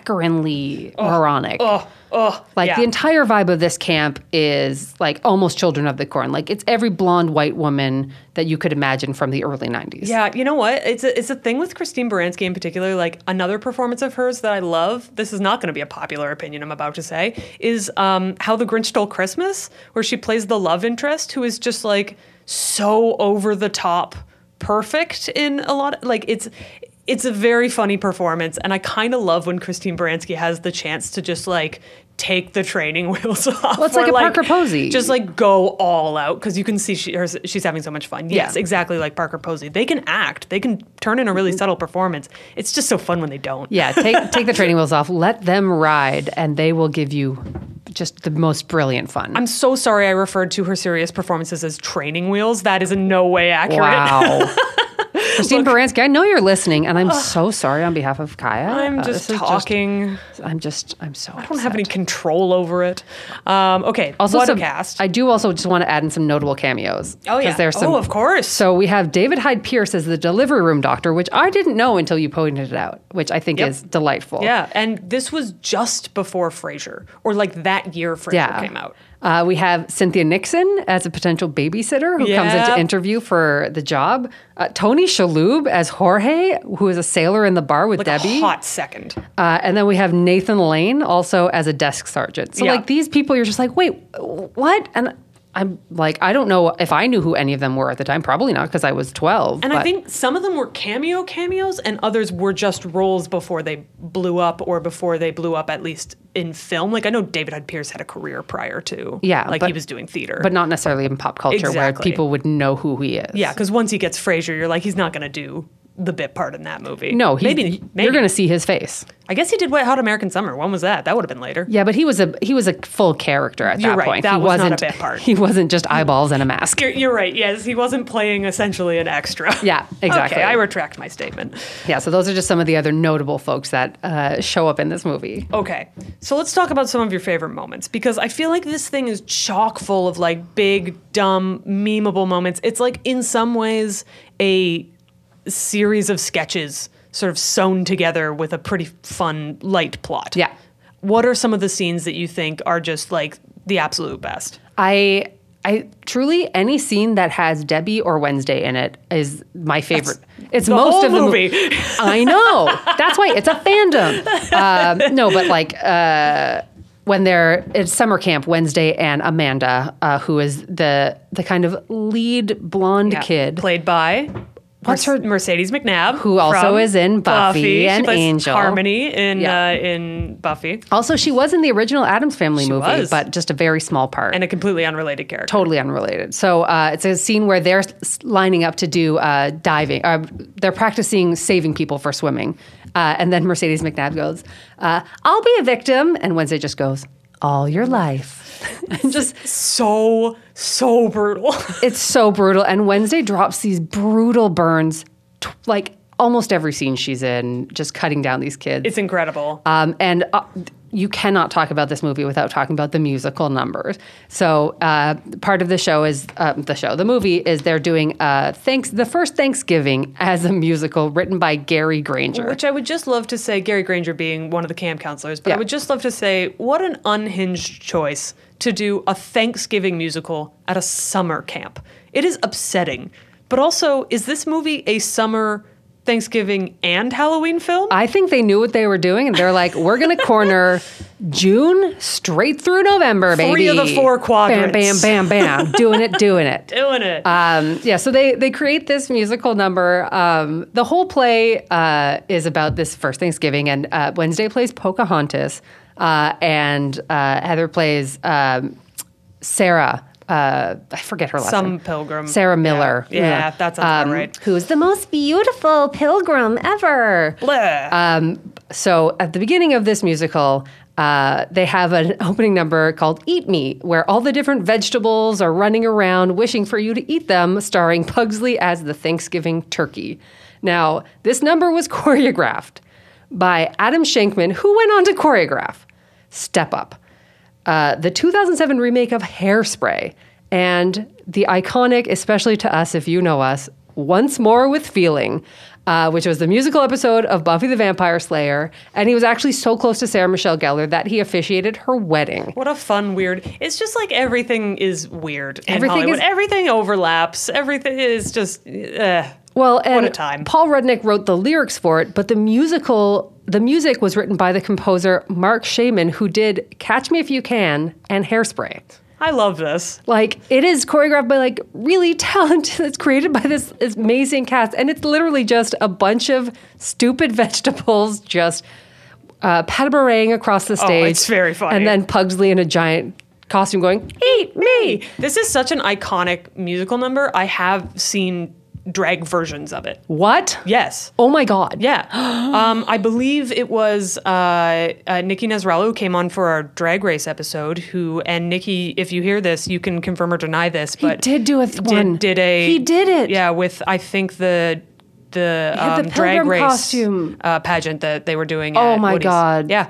Speaker 1: saccharinely moronic.
Speaker 2: Oh, oh,
Speaker 1: Like
Speaker 2: yeah.
Speaker 1: the entire vibe of this camp is like almost Children of the Corn. Like it's every blonde white woman that you could imagine from the early 90s.
Speaker 2: Yeah, you know what? It's a, it's a thing with Christine Baranski in particular. Like another performance of hers that I love. This is not going to be a popular opinion I'm about to say. Is um, how the Grinch Stole Christmas, where she plays the love interest who is just like so over the top, perfect in a lot. Of, like it's it's a very funny performance, and I kind of love when Christine Baranski has the chance to just like take the training wheels off.
Speaker 1: it's
Speaker 2: or,
Speaker 1: like a Parker Posey.
Speaker 2: Just like go all out because you can see she, her, she's having so much fun. Yes,
Speaker 1: Yeah.
Speaker 2: exactly like Parker Posey. They can act. They can turn in a really subtle performance. It's just so fun when they don't.
Speaker 1: Mm-hmm. Yeah, take take the training wheels off, let them ride and they will give you just the most brilliant fun.
Speaker 2: I'm so sorry I referred to her serious performances as training wheels. That is in no way accurate.
Speaker 1: wow. Christine Baranski, I know you're listening and I'm so sorry on behalf of Kaya.
Speaker 2: I'm
Speaker 1: Uh,
Speaker 2: just
Speaker 1: this is
Speaker 2: talking.
Speaker 1: I'm just I'm so
Speaker 2: I don't have any control over it. Um, okay,
Speaker 1: Also,
Speaker 2: what
Speaker 1: some,
Speaker 2: a cast.
Speaker 1: I do also just want to add in some notable cameos.
Speaker 2: Oh,
Speaker 1: 'cause
Speaker 2: yeah.
Speaker 1: there's some-
Speaker 2: Oh, of course.
Speaker 1: So we have David Hyde Pierce as the delivery room doctor, which I didn't know until you pointed it out, which I think
Speaker 2: Yep.
Speaker 1: is delightful.
Speaker 2: yeah, and this was just before Frasier, or like that year Frasier
Speaker 1: Yeah.
Speaker 2: came out.
Speaker 1: Uh, we have Cynthia Nixon as a potential babysitter who comes in
Speaker 2: Yeah.
Speaker 1: to interview for the job. Uh, Tony Shalhoub as Jorge, who is a sailor in the bar with Debbie.
Speaker 2: Hot second.
Speaker 1: Uh, and then we have Nathan Lane also as a desk sergeant. So
Speaker 2: Yeah.
Speaker 1: like these people, you're just like, wait, what? And I'm like, I don't know if I knew who any of them were at the time. Probably not because I was 12.
Speaker 2: And I
Speaker 1: but-
Speaker 2: think some of them were cameo cameos, and others were just roles before they blew up, or before they blew up at least in film. Like I know David Hyde Pierce had a career prior to,
Speaker 1: Yeah,
Speaker 2: like he
Speaker 1: but-
Speaker 2: was doing theater.
Speaker 1: but not necessarily in pop culture where
Speaker 2: Exactly.
Speaker 1: people would know who he is.
Speaker 2: yeah, because once he gets Frasier, you're like he's not going to do the bit part in that movie.
Speaker 1: No, he's,
Speaker 2: maybe, maybe
Speaker 1: you're going to see his face.
Speaker 2: I guess he did Wet Hot American Summer. When was that? That would have been later.
Speaker 1: Yeah, but he was a he was a full character at
Speaker 2: You're
Speaker 1: that
Speaker 2: right.
Speaker 1: point.
Speaker 2: That
Speaker 1: he
Speaker 2: was not a
Speaker 1: wasn't
Speaker 2: bit part.
Speaker 1: He wasn't just eyeballs and a mask.
Speaker 2: You're, you're right. Yes, he wasn't playing essentially an extra.
Speaker 1: Yeah, exactly.
Speaker 2: Okay, I retract my statement.
Speaker 1: Yeah, so those are just some of the other notable folks that uh, show up in this movie.
Speaker 2: Okay, so let's talk about some of your favorite moments because I feel like this thing is chock full of like big, dumb, memeable moments. It's like in some ways a series of sketches sort of sewn together with a pretty fun, light plot.
Speaker 1: Yeah.
Speaker 2: What are some of the scenes that you think are just like the absolute best?
Speaker 1: I I truly any scene that has Debbie or Wednesday in it is my favorite. it's
Speaker 2: the
Speaker 1: most
Speaker 2: whole
Speaker 1: of the mo-
Speaker 2: movie.
Speaker 1: I know. That's why it's a fandom. Um, no, but like uh, when they're it's summer camp, Wednesday and Amanda, uh, who is the the kind of lead blonde
Speaker 2: Yeah.
Speaker 1: kid.
Speaker 2: Played by.
Speaker 1: What's
Speaker 2: Merce-
Speaker 1: her-
Speaker 2: Mercedes McNabb,
Speaker 1: Who also
Speaker 2: from
Speaker 1: is in Buffy
Speaker 2: She
Speaker 1: and
Speaker 2: plays
Speaker 1: Angel.
Speaker 2: Harmony in
Speaker 1: Yeah.
Speaker 2: uh, in Buffy,
Speaker 1: Also, she was in the original Adams Family movie,
Speaker 2: was.
Speaker 1: but just a very small part.
Speaker 2: and a completely unrelated character.
Speaker 1: totally unrelated. So uh, it's a scene where they're s- lining up to do uh, diving. Uh, they're practicing saving people for swimming, uh, and then Mercedes McNabb goes, uh, "I'll be a victim," and Wednesday just goes, "All your life." and just
Speaker 2: so so brutal.
Speaker 1: it's so brutal. And Wednesday drops these brutal burns, t- like almost every scene she's in, just cutting down these kids.
Speaker 2: it's incredible.
Speaker 1: Um, and uh, you cannot talk about this movie without talking about the musical numbers. So uh, part of the show is um, the show, the movie is they're doing uh, thanks the first Thanksgiving as a musical written by Gary Granger.
Speaker 2: Which I would just love to say, Gary Granger being one of the camp counselors, but
Speaker 1: Yeah.
Speaker 2: I would just love to say, what an unhinged choice to do a Thanksgiving musical at a summer camp. It is upsetting. But also, is this movie a summer Thanksgiving and Halloween film?
Speaker 1: I think they knew what they were doing, and they're like, "We're going to corner June straight through November, baby."
Speaker 2: Three of the four
Speaker 1: Bam, bam,
Speaker 2: quadrants.
Speaker 1: bam, bam. doing it, doing it.
Speaker 2: Doing it.
Speaker 1: Um, yeah, so they they create this musical number. Um, the whole play uh, is about this first Thanksgiving, and uh, Wednesday plays Pocahontas, uh, and uh, Heather plays um, Sarah. Uh, I forget her last
Speaker 2: Some
Speaker 1: name.
Speaker 2: pilgrim.
Speaker 1: Sarah Miller. Um,
Speaker 2: Yeah, yeah, that sounds about right.
Speaker 1: Who's the most beautiful pilgrim ever?
Speaker 2: Bleh.
Speaker 1: uh, So at the beginning of this musical, uh, they have an opening number called Eat Me, where all the different vegetables are running around wishing for you to eat them, starring Pugsley as the Thanksgiving turkey. Now, this number was choreographed by Adam Shankman, who went on to choreograph Step Up, uh, the 2007 remake of Hairspray, and the iconic, especially to us if you know us, Once More with Feeling, uh, which was the musical episode of Buffy the Vampire Slayer. And he was actually so close to Sarah Michelle Gellar that he officiated her wedding.
Speaker 2: What a fun, weird. It's just like everything is weird in
Speaker 1: Everything
Speaker 2: Hollywood.
Speaker 1: is- everything
Speaker 2: everything overlaps. Everything is just. Uh,
Speaker 1: Well, and
Speaker 2: a time.
Speaker 1: Paul Rudnick wrote the lyrics for it, but the musical, the music was written by the composer Mark Shaman, who did Catch Me If You Can and Hairspray.
Speaker 2: I love this.
Speaker 1: Like it is choreographed by like really talented. It's created by this, this amazing cast, and it's literally just a bunch of stupid vegetables just uh, patamarang across the stage.
Speaker 2: Oh, it's very funny.
Speaker 1: And then Pugsley in a giant costume going eat me.
Speaker 2: This is such an iconic musical number. I have seen drag versions of it.
Speaker 1: What?
Speaker 2: Yes.
Speaker 1: Oh my god.
Speaker 2: Yeah. um, I believe it was uh, uh, Nikki Nasrallo who came on for our drag race episode. Who and Nikki, if you hear this, you can confirm or deny this.
Speaker 1: He
Speaker 2: But
Speaker 1: did do a th- one.
Speaker 2: did, did a
Speaker 1: He did it.
Speaker 2: Yeah, with I think the the,
Speaker 1: had
Speaker 2: um,
Speaker 1: the
Speaker 2: drag
Speaker 1: pilgrim
Speaker 2: race
Speaker 1: costume.
Speaker 2: uh, pageant that they were doing.
Speaker 1: Oh
Speaker 2: at
Speaker 1: my
Speaker 2: Woody's.
Speaker 1: God.
Speaker 2: Yeah.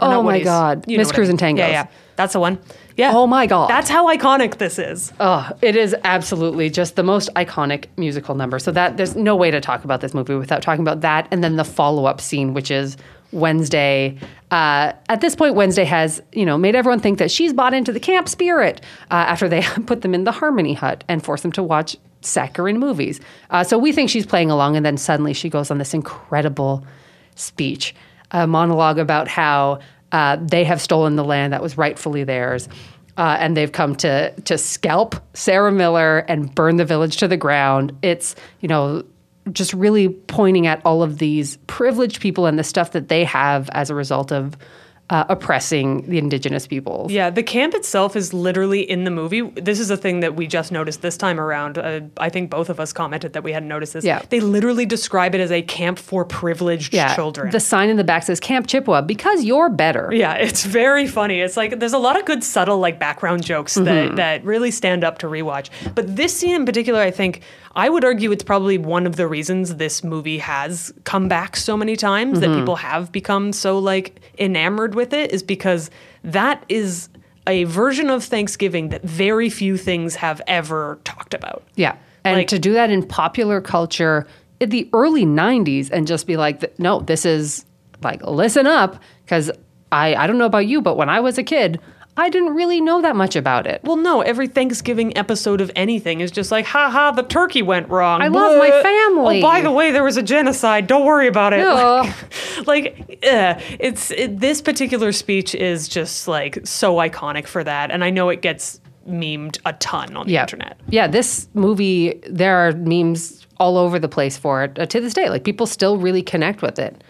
Speaker 2: Or
Speaker 1: Oh
Speaker 2: not
Speaker 1: my
Speaker 2: Woody's.
Speaker 1: God.
Speaker 2: You know
Speaker 1: Miss
Speaker 2: what I
Speaker 1: Cruise
Speaker 2: mean.
Speaker 1: and
Speaker 2: Yeah,
Speaker 1: Tangos.
Speaker 2: yeah, that's the one. Yeah.
Speaker 1: Oh my God.
Speaker 2: That's how iconic this is.
Speaker 1: Oh, it is absolutely just the most iconic musical number. So that there's no way to talk about this movie without talking about that and then the follow-up scene which is Wednesday. Uh, at this point, Wednesday has you know made everyone think that she's bought into the camp spirit uh, after they put them in the Harmony Hut and force them to watch saccharine movies. Uh, so we think she's playing along, and then suddenly she goes on this incredible speech, a monologue about how uh, they have stolen the land that was rightfully theirs. Uh, and they've come to to scalp Sarah Miller and burn the village to the ground. It's you know just really pointing at all of these privileged people and the stuff that they have as a result of uh, oppressing the indigenous peoples.
Speaker 2: Yeah, the camp itself is literally in the movie. This is a thing that we just noticed this time around. Uh, I think both of us commented that we hadn't noticed this.
Speaker 1: Yeah.
Speaker 2: They literally describe it as a camp for privileged children.
Speaker 1: The sign in the back says Camp Chippewa because you're better.
Speaker 2: yeah, it's very funny. It's like there's a lot of good subtle like background jokes that that really stand up to rewatch. But this scene in particular, I think I would argue it's probably one of the reasons this movie has come back so many times that people have become so like enamored with it is because that is a version of Thanksgiving that very few things have ever talked about.
Speaker 1: Yeah. And
Speaker 2: Like-
Speaker 1: to do that in popular culture in the early 90s and just be like, th- no, this is like, listen up. Because I, I don't know about you, but when I was a kid, I didn't really know that much about it.
Speaker 2: Well, no, every Thanksgiving episode of anything is just like, ha ha, the turkey went wrong. I
Speaker 1: love my family."
Speaker 2: Oh, by the way, there was a genocide. Don't worry about it.
Speaker 1: Yeah.
Speaker 2: Like, like, uh, it's it, this particular speech is just like so iconic for that, and I know it gets memed a ton on the
Speaker 1: yeah.
Speaker 2: internet.
Speaker 1: Yeah, this movie, there are memes all over the place for it uh, to this day. Like people still really connect with it.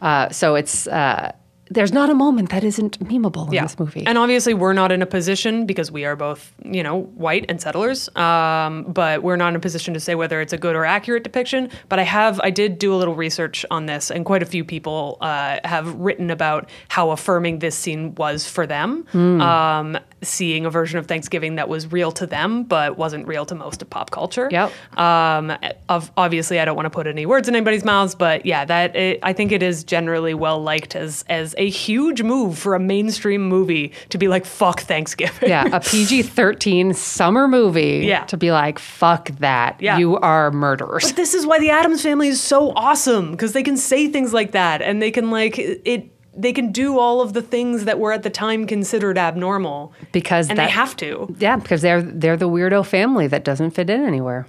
Speaker 1: Uh, so it's, uh, there's not a moment that isn't memeable in this movie.
Speaker 2: And obviously, we're not in a position because we are both, you know, white and settlers. Um, but we're not in a position to say whether it's a good or accurate depiction. But I have, I did do a little research on this, and quite a few people uh, have written about how affirming this scene was for them.
Speaker 1: Hmm.
Speaker 2: Um, seeing a version of Thanksgiving that was real to them, but wasn't real to most of pop culture.
Speaker 1: Yep.
Speaker 2: Um, of, obviously, I don't want to put any words in anybody's mouths, but yeah, that it, I think it is generally well liked as as a huge move for a mainstream movie to be like fuck Thanksgiving.
Speaker 1: yeah, a PG 13 summer movie
Speaker 2: Yeah.
Speaker 1: to be like, fuck that.
Speaker 2: Yeah.
Speaker 1: You are murderers.
Speaker 2: This is why the Adams family is so awesome because they can say things like that and they can like it. They can do all of the things that were at the time considered abnormal
Speaker 1: Because
Speaker 2: and
Speaker 1: that,
Speaker 2: they have to.
Speaker 1: Yeah, because they're they're the weirdo family that doesn't fit in anywhere.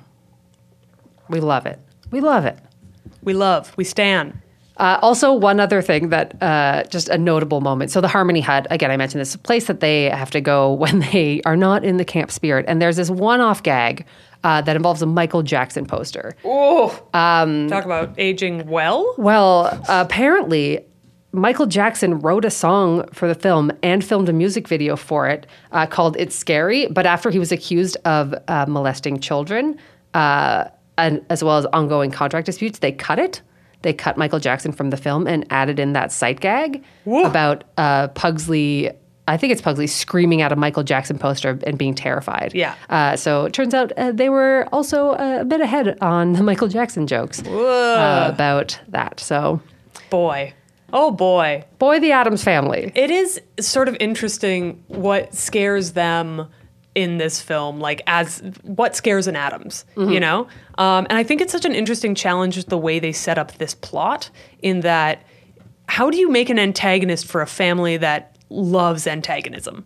Speaker 1: We love it. We love it.
Speaker 2: We love. We stand.
Speaker 1: Uh, also, one other thing that uh, just a notable moment. So the Harmony Hut, again, I mentioned this is a place that they have to go when they are not in the camp spirit. And there's this one-off gag uh, that involves a Michael Jackson poster. Mm.
Speaker 2: Talk about aging well.
Speaker 1: Well, apparently, Michael Jackson wrote a song for the film and filmed a music video for it uh, called It's Scary. But after he was accused of uh, molesting children, uh, and as well as ongoing contract disputes, they cut it. They cut Michael Jackson from the film and added in that sight gag about uh, Pugsley. I think it's Pugsley screaming at a Michael Jackson poster and being terrified.
Speaker 2: Yeah.
Speaker 1: Uh, so it turns out uh, they were also uh, a bit ahead on the Michael Jackson jokes uh, about that. So,
Speaker 2: Boy. Oh boy.
Speaker 1: boy, the Adams family.
Speaker 2: It is sort of interesting what scares them in this film, like as what scares an Adams, you know? Um, and I think it's such an interesting challenge with the way they set up this plot, in that how do you make an antagonist for a family that loves antagonism?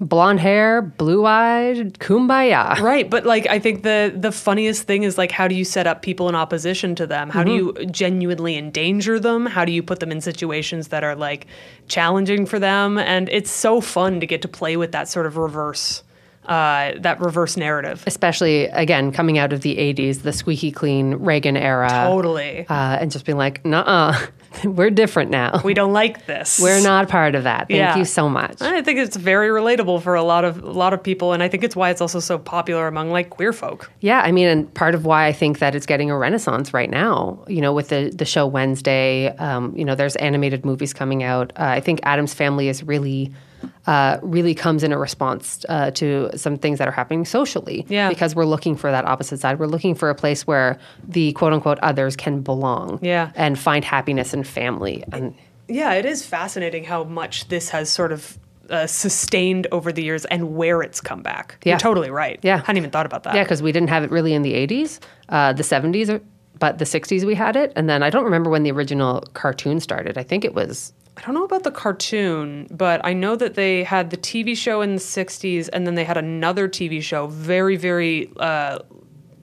Speaker 1: Blonde hair, blue eyed, kumbaya.
Speaker 2: Right, but like I think the the funniest thing is like how do you set up people in opposition to them? How do you genuinely endanger them? How do you put them in situations that are like challenging for them? And it's so fun to get to play with that sort of reverse uh, that reverse narrative.
Speaker 1: Especially, again, coming out of the 80s, the squeaky clean Reagan era.
Speaker 2: Oh. Totally.
Speaker 1: Uh, and just being like, nuh uh, we're different now.
Speaker 2: we don't like this.
Speaker 1: We're not part of that. Thank
Speaker 2: Yeah.
Speaker 1: you so much.
Speaker 2: I think it's very relatable for a lot of a lot of people, and I think it's why it's also so popular among like queer folk.
Speaker 1: Yeah, I mean, and part of why I think that it's getting a renaissance right now, you know, with the the show Wednesday, um, you know, there's animated movies coming out. Uh, I think Adam's Family is really, uh, really comes in a response uh, to some things that are happening socially.
Speaker 2: Yeah.
Speaker 1: because we're looking for that opposite side. We're looking for a place where the quote unquote others can belong.
Speaker 2: Yeah.
Speaker 1: and find happiness and family. And
Speaker 2: Yeah, it is fascinating how much this has sort of uh, sustained over the years and where it's come back.
Speaker 1: Yeah.
Speaker 2: You're totally right.
Speaker 1: Yeah.
Speaker 2: hadn't even thought about that.
Speaker 1: yeah, because we didn't have it really in uh, the '80s, uh, the '70s, or but the 60s we had it. And then I don't remember when the original cartoon started. I think it was
Speaker 2: I don't know about the cartoon, but I know that they had the TV show in the 60s and then they had another TV show, very, very uh,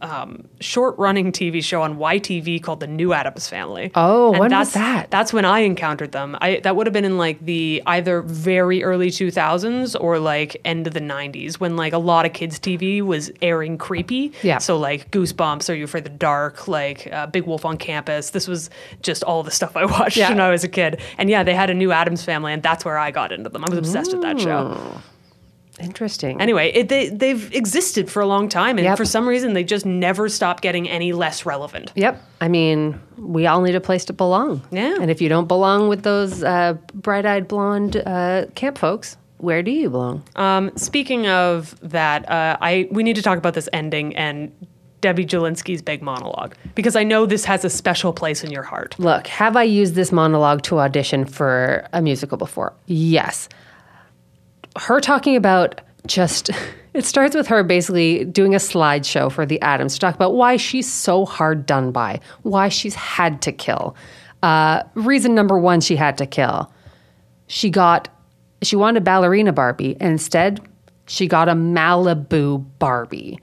Speaker 2: um, short running TV show on YTV called The New Adams Family.
Speaker 1: Oh,
Speaker 2: and
Speaker 1: when
Speaker 2: that's,
Speaker 1: was that?
Speaker 2: That's when I encountered them. I, that would have been in like the either very early 2000s or like end of the 90s when like a lot of kids' TV was airing creepy.
Speaker 1: Yeah.
Speaker 2: So like Goosebumps, Are You Afraid of the Dark, like uh, Big Wolf on Campus. This was just all the stuff I watched
Speaker 1: Yeah.
Speaker 2: when I was a kid. And yeah, they had a new Adams Family, and that's where I got into them. I was obsessed with that show.
Speaker 1: interesting.
Speaker 2: Anyway, it, they they've existed for a long time, and
Speaker 1: Yep.
Speaker 2: for some reason, they just never stop getting any less relevant.
Speaker 1: Yep. I mean, we all need a place to belong.
Speaker 2: Yeah.
Speaker 1: And if you don't belong with those uh, bright eyed blonde uh, camp folks, where do you belong?
Speaker 2: Um, speaking of that, uh, I we need to talk about this ending and Debbie Jelinski's big monologue because I know this has a special place in your heart.
Speaker 1: Look, have I used this monologue to audition for a musical before? Yes. Her talking about just, it starts with her basically doing a slideshow for the Adams to talk about why she's so hard done by, why she's had to kill. Uh, reason number one she had to kill. She got, she wanted a ballerina Barbie, and instead she got a Malibu Barbie.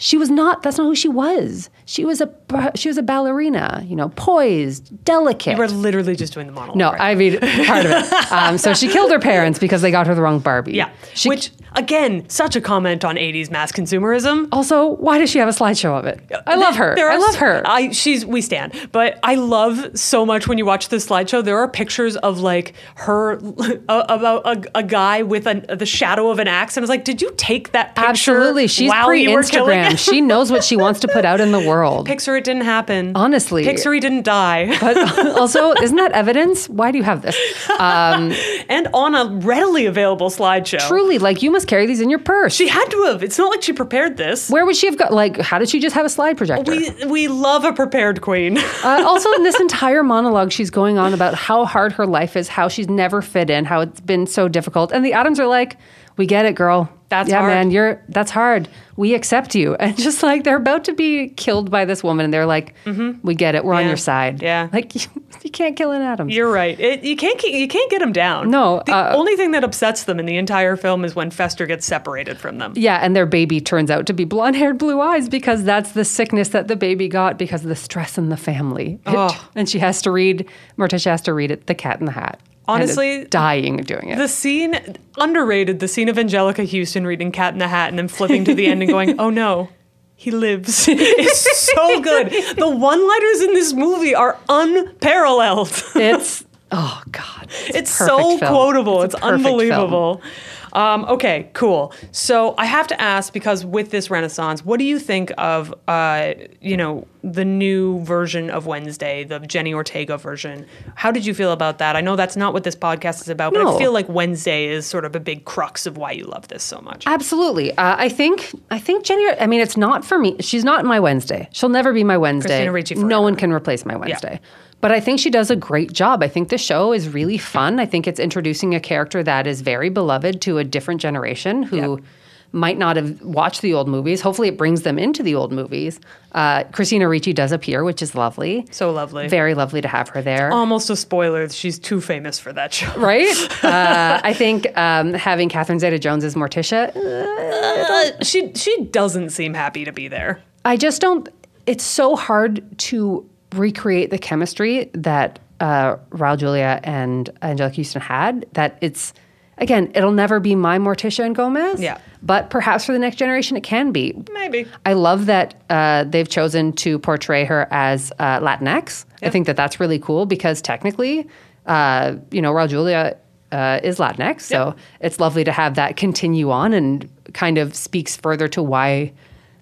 Speaker 1: She was not, that's not who she was. She was a, she was a ballerina, you know, poised, delicate.
Speaker 2: We're literally just doing the monologue.
Speaker 1: No,
Speaker 2: right?
Speaker 1: I mean part of it. Um, so she killed her parents because they got her the wrong Barbie.
Speaker 2: yeah.
Speaker 1: She,
Speaker 2: Which again, such a comment on '80s mass consumerism.
Speaker 1: also, why does she have a slideshow of it? Oh, I love her.
Speaker 2: There
Speaker 1: I
Speaker 2: are
Speaker 1: love
Speaker 2: s-
Speaker 1: her.
Speaker 2: I she's we stand, but I love so much when you watch this slideshow. There are pictures of like her a- about a, a guy with an, the shadow of an axe, and I was like, did you take that picture?
Speaker 1: Absolutely, she's
Speaker 2: while
Speaker 1: pre
Speaker 2: you were killing
Speaker 1: Instagram.
Speaker 2: it?
Speaker 1: She knows what she wants to put out in the world.
Speaker 2: Pixar, it didn't happen.
Speaker 1: Honestly.
Speaker 2: Pixar, he didn't die.
Speaker 1: But also, isn't that evidence? Why do you have this?
Speaker 2: and on a readily available slideshow.
Speaker 1: Truly, like you must carry these in your purse.
Speaker 2: She had to have. It's not like she prepared this.
Speaker 1: Where would she have got? Like, how did she just have a slide projector?
Speaker 2: We, we love a prepared queen.
Speaker 1: uh, also, in this entire monologue, she's going on about how hard her life is, how she's never fit in, how it's been so difficult. And the Adams are like, "We get it, girl.
Speaker 2: That's
Speaker 1: yeah,
Speaker 2: hard."
Speaker 1: man. You're that's hard. We accept you." And just like they're about to be killed by this woman, and they're like, "We get it. We're on
Speaker 2: Mm-hmm. Yeah.
Speaker 1: your side."
Speaker 2: Yeah.
Speaker 1: like you, you can't kill an Adams.
Speaker 2: You're right. It, you can't keep, you can't get him down.
Speaker 1: No,
Speaker 2: The
Speaker 1: uh,
Speaker 2: only thing that upsets them in the entire film is when Fester gets separated from them.
Speaker 1: yeah, and their baby turns out to be blonde haired, blue eyes because that's the sickness that the baby got because of the stress in the family.
Speaker 2: Oh.
Speaker 1: And she has to read, Morticia has to read it, The Cat in the Hat. and is
Speaker 2: Honestly,
Speaker 1: dying doing it.
Speaker 2: The scene underrated. The scene of Angelica Houston reading Cat in the Hat and then flipping to the end and going, "Oh no." He lives. It's so good. The one liners in this movie are unparalleled.
Speaker 1: It's oh god,
Speaker 2: It's
Speaker 1: a perfect film.
Speaker 2: so quotable. It's,
Speaker 1: a perfect film.
Speaker 2: unbelievable. Um, okay, cool. So I have to ask because with this Renaissance, what do you think of uh, you know the new version of Wednesday, the Jenny Ortega version? How did you feel about that? I know that's not what this podcast is about, but
Speaker 1: No.
Speaker 2: I feel like Wednesday is sort of a big crux of why you love this so much.
Speaker 1: Absolutely. Uh, I think I think Jenny. I mean, it's not for me. She's not my Wednesday. She'll never be my Wednesday.
Speaker 2: Christina Ricci forever.
Speaker 1: no one can replace my Wednesday. But I think she does a great job. I think the show is really fun. I think it's introducing a character that is very beloved to a different generation who might not have watched the old movies. Hopefully, it brings them into the old movies. Uh, Christina Ricci does appear, which is lovely.
Speaker 2: So lovely.
Speaker 1: Very lovely to have her there.
Speaker 2: Almost a spoiler. She's too famous for that show.
Speaker 1: right? Uh, I think um, having Catherine Zeta-Jones as Morticia,
Speaker 2: Uh, she she doesn't seem happy to be there.
Speaker 1: I just don't. It's so hard to recreate the chemistry that uh, Raul Julia and Angelica Houston had. That it's again, it'll never be my Morticia and Gomez.
Speaker 2: Yeah.
Speaker 1: but perhaps for the next generation, it can be.
Speaker 2: Maybe.
Speaker 1: I love that uh, they've chosen to portray her as uh, Latinx. I think that that's really cool because technically, uh, you know, Raul Julia uh, is Latinx. So it's lovely to have that continue on and kind of speaks further to why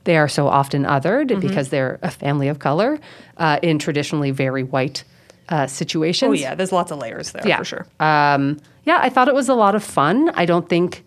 Speaker 1: they are so often othered
Speaker 2: Mm-hmm.
Speaker 1: because they're a family of color uh, in traditionally very white uh, situations.
Speaker 2: Oh yeah, there's lots of layers there for sure.
Speaker 1: Um, yeah, I thought it was a lot of fun. I don't think,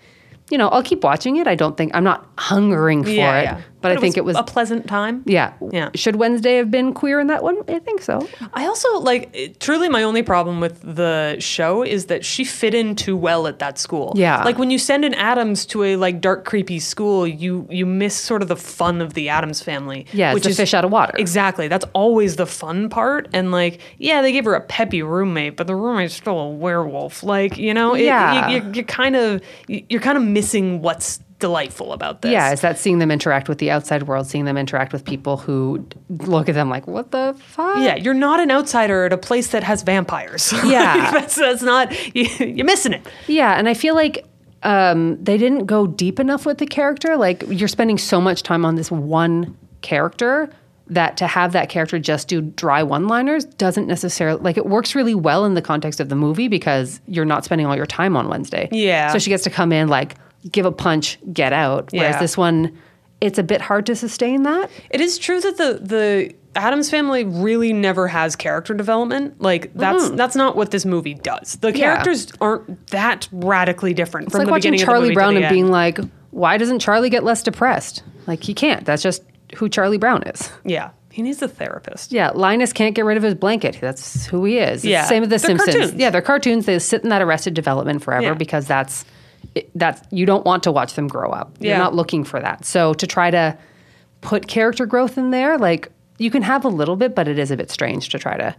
Speaker 1: you know, I'll keep watching it. I don't think I'm not hungering for
Speaker 2: Yeah,
Speaker 1: it,
Speaker 2: yeah.
Speaker 1: But, I think it was,
Speaker 2: a pleasant time.
Speaker 1: yeah.
Speaker 2: Yeah.
Speaker 1: Should Wednesday have been queer in that one? I think so.
Speaker 2: I also like it- truly my only problem with the show is that she fit in too well at that school.
Speaker 1: Yeah.
Speaker 2: Like when you send an Adams to a like dark creepy school, you you miss sort of the fun of the Adams family.
Speaker 1: Yeah, it's the fish out of water.
Speaker 2: Exactly. That's always the fun part. And like, yeah, they gave her a peppy roommate, but the roommate's still a werewolf. Like, you know, it,
Speaker 1: Yeah.
Speaker 2: you, you, you're kind of you're kind of missing what's delightful about this.
Speaker 1: Yeah, it's that seeing them interact with the outside world, seeing them interact with people who look at them like, what the fuck?
Speaker 2: Yeah, you're not an outsider at a place that has vampires. Like,
Speaker 1: Yeah.
Speaker 2: that's, that's not, you, you're missing it.
Speaker 1: Yeah, and I feel like um, they didn't go deep enough with the character. Like you're spending so much time on this one character that to have that character just do dry one-liners doesn't necessarily like it works really well in the context of the movie because you're not spending all your time on Wednesday.
Speaker 2: Yeah.
Speaker 1: So she gets to come in like give a punch, get out. Whereas
Speaker 2: Yeah.
Speaker 1: this one it's a bit hard to sustain that.
Speaker 2: It is true that the, the Adams family really never has character development. Like, that's that's not what this movie does. The characters aren't that radically different
Speaker 1: It's
Speaker 2: from
Speaker 1: like
Speaker 2: the
Speaker 1: watching
Speaker 2: beginning of the
Speaker 1: Charlie
Speaker 2: movie
Speaker 1: Brown
Speaker 2: to
Speaker 1: and
Speaker 2: the
Speaker 1: being
Speaker 2: end.
Speaker 1: like, why doesn't Charlie get less depressed? Like he can't. That's just who Charlie Brown is.
Speaker 2: Yeah, he needs a therapist.
Speaker 1: Yeah, Linus can't get rid of his blanket. That's who he is. It's
Speaker 2: Yeah.
Speaker 1: the same with the
Speaker 2: They're
Speaker 1: Simpsons.
Speaker 2: cartoons.
Speaker 1: Yeah, they're cartoons. They sit in that arrested development forever
Speaker 2: Yeah.
Speaker 1: because that's it- that's you don't want to watch them grow up.
Speaker 2: Yeah.
Speaker 1: You're not looking for that. So to try to put character growth in there, like you can have a little bit, but it is a bit strange to try to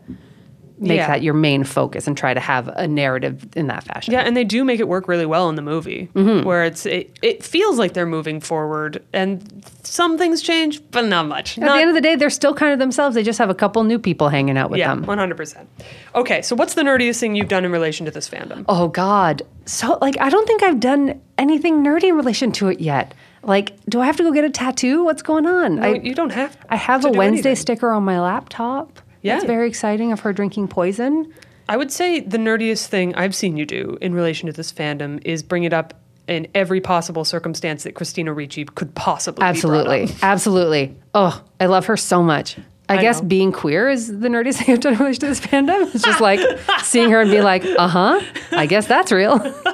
Speaker 1: make
Speaker 2: Yeah.
Speaker 1: that your main focus and try to have a narrative in that fashion.
Speaker 2: Yeah, and they do make it work really well in the movie, where it's it, it feels like they're moving forward, and some things change, but not much.
Speaker 1: At the end of the day, they're still kind of themselves. They just have a couple new people hanging out with
Speaker 2: yeah,
Speaker 1: them.
Speaker 2: one hundred percent. Okay, so what's the nerdiest thing you've done in relation to this fandom?
Speaker 1: Oh God. So like I don't think I've done anything nerdy in relation to it yet. Like, do I have to go get a tattoo? What's going on?
Speaker 2: No,
Speaker 1: I
Speaker 2: you don't have.
Speaker 1: I have
Speaker 2: to
Speaker 1: a
Speaker 2: do
Speaker 1: Wednesday
Speaker 2: anything.
Speaker 1: sticker on my laptop.
Speaker 2: Yeah.
Speaker 1: That's very exciting of her drinking poison.
Speaker 2: I would say the nerdiest thing I've seen you do in relation to this fandom is bring it up in every possible circumstance that Christina Ricci could possibly. be brought
Speaker 1: Absolutely.
Speaker 2: up.
Speaker 1: Absolutely. Oh, I love her so much. I,
Speaker 2: I
Speaker 1: guess
Speaker 2: know.
Speaker 1: being queer is the nerdiest thing I've done in relation to this fandom. It's just like seeing her and be like, uh huh, I guess that's real.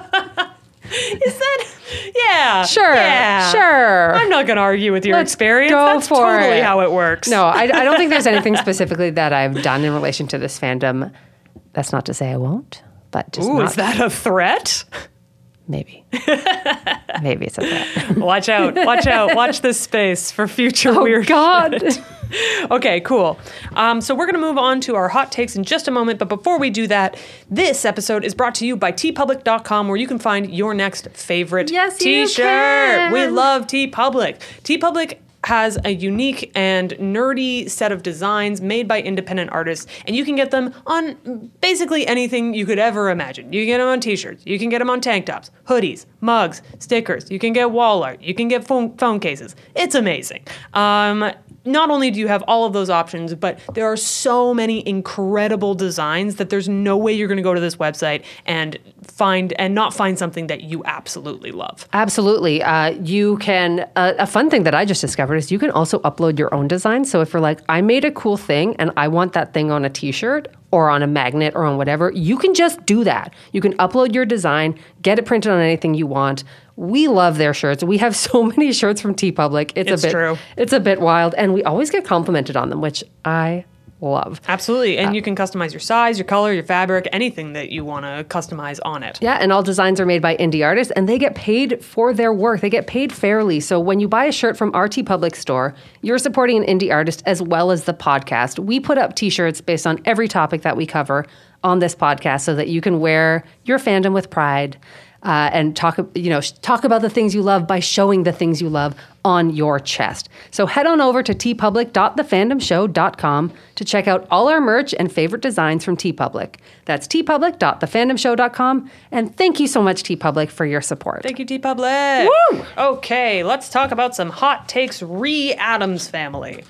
Speaker 2: Is that? Yeah.
Speaker 1: Sure,
Speaker 2: yeah.
Speaker 1: sure.
Speaker 2: I'm not going to argue with your
Speaker 1: Let's
Speaker 2: experience.
Speaker 1: go
Speaker 2: That's
Speaker 1: for
Speaker 2: totally
Speaker 1: it.
Speaker 2: how it works.
Speaker 1: No, I, I don't think there's anything specifically that I've done in relation to this fandom. That's not to say I won't, but just
Speaker 2: Ooh,
Speaker 1: not
Speaker 2: is that a threat?
Speaker 1: Maybe. Maybe it's a threat.
Speaker 2: Watch out. Watch out. Watch this space for future
Speaker 1: Oh,
Speaker 2: weird shit. okay, cool. Um, so we're going to move on to our hot takes in just a moment. But before we do that, this episode is brought to you by tpublic.com, where you can find your next favorite
Speaker 1: Yes, you
Speaker 2: t shirt.
Speaker 1: can.
Speaker 2: We love tpublic. tpublic has a unique and nerdy set of designs made by independent artists, and you can get them on basically anything you could ever imagine. You can get them on t shirts, you can get them on tank tops, hoodies, mugs, stickers, you can get wall art, you can get phone, phone cases. It's amazing. Um, not only do you have all of those options, but there are so many incredible designs that there's no way you're going to go to this website and find and not find something that you absolutely love.
Speaker 1: Absolutely. Uh, you can, uh, a fun thing that I just discovered is you can also upload your own design. So if you're like, I made a cool thing and I want that thing on a t shirt or on a magnet or on whatever, you can just do that. You can upload your design, get it printed on anything you want. We love their shirts. We have so many shirts from T Public. It's,
Speaker 2: It's
Speaker 1: a bit
Speaker 2: true.
Speaker 1: it's a bit wild and we always get complimented on them, which I love.
Speaker 2: Absolutely.
Speaker 1: Uh,
Speaker 2: And you can customize your size, your color, your fabric, anything that you want to customize on it.
Speaker 1: Yeah, and all designs are made by indie artists and they get paid for their work. They get paid fairly. So when you buy a shirt from RT Public Store, you're supporting an indie artist as well as the podcast. We put up t shirts based on every topic that we cover on this podcast so that you can wear your fandom with pride. Uh, and talk, you know, sh- talk about the things you love by showing the things you love on your chest. So head on over to tpublic.thefandomshow.com to check out all our merch and favorite designs from tpublic. That's tpublic.thefandomshow.com. And thank you so much, tpublic, for your support.
Speaker 2: Thank you, T Public.
Speaker 1: Woo!
Speaker 2: Okay, let's talk about some hot takes re Adams family.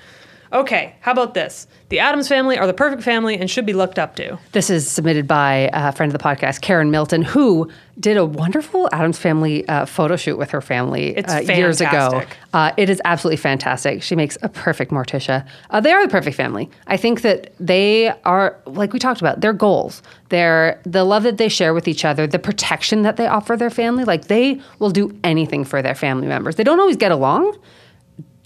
Speaker 2: Okay, how about this? The Adams family are the perfect family and should be looked up to.
Speaker 1: This is submitted by a friend of the podcast, Karen Milton, who did a wonderful Adams Family uh, photo shoot with her family
Speaker 2: It's
Speaker 1: uh, years ago.
Speaker 2: fantastic.
Speaker 1: Uh, it is absolutely fantastic. She makes a perfect Morticia. Uh, they are the perfect family. I think that they are, like we talked about, their goals, their the love that they share with each other, the protection that they offer their family. Like they will do anything for their family members. They don't always get along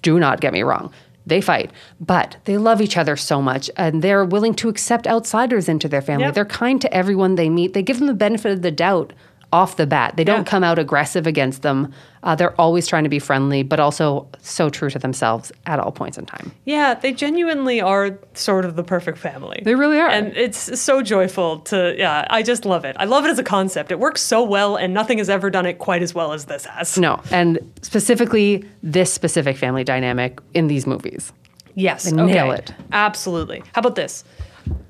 Speaker 1: Do not get me wrong. They fight, but they love each other so much and they're willing to accept outsiders into their family.
Speaker 2: Yep.
Speaker 1: They're kind to everyone they meet. They give them the benefit of the doubt off the bat. They don't
Speaker 2: Yeah.
Speaker 1: come out aggressive against them. Uh, they're always trying to be friendly, but also so true to themselves at all points in time.
Speaker 2: Yeah, they genuinely are sort of the perfect family.
Speaker 1: They really are.
Speaker 2: And it's so joyful to, yeah, I just love it. I love it as a concept. It works so well, and nothing has ever done it quite as well as this has.
Speaker 1: No, and specifically this specific family dynamic in these movies.
Speaker 2: Yes,
Speaker 1: They nail it.
Speaker 2: Absolutely. How about this?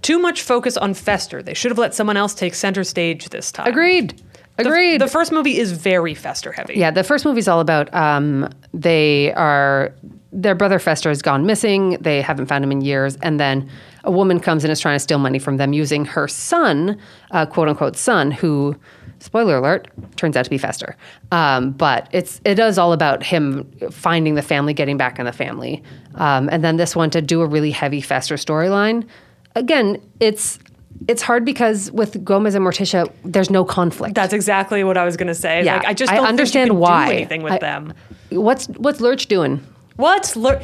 Speaker 2: Too much focus on Fester. They should have let someone else take center stage this time.
Speaker 1: Agreed.
Speaker 2: The-
Speaker 1: Agreed.
Speaker 2: The, first movie is very Fester heavy.
Speaker 1: Yeah, the first movie's all about um, they are their brother Fester has gone missing. They haven't found him in years, and then a woman comes and is trying to steal money from them using her son, uh, quote unquote son, who spoiler alert turns out to be Fester. Um, but it's it is all about him finding the family, getting back on the family, um, and then this one to do a really heavy Fester storyline. Again, it's. It's hard because with Gomez and Morticia, there's no conflict.
Speaker 2: That's exactly what I was going to say.
Speaker 1: Yeah,
Speaker 2: Like, I just don't
Speaker 1: understand
Speaker 2: think you can
Speaker 1: why.
Speaker 2: do anything with
Speaker 1: I-
Speaker 2: them.
Speaker 1: What's what's Lurch doing?
Speaker 2: What's Lurch?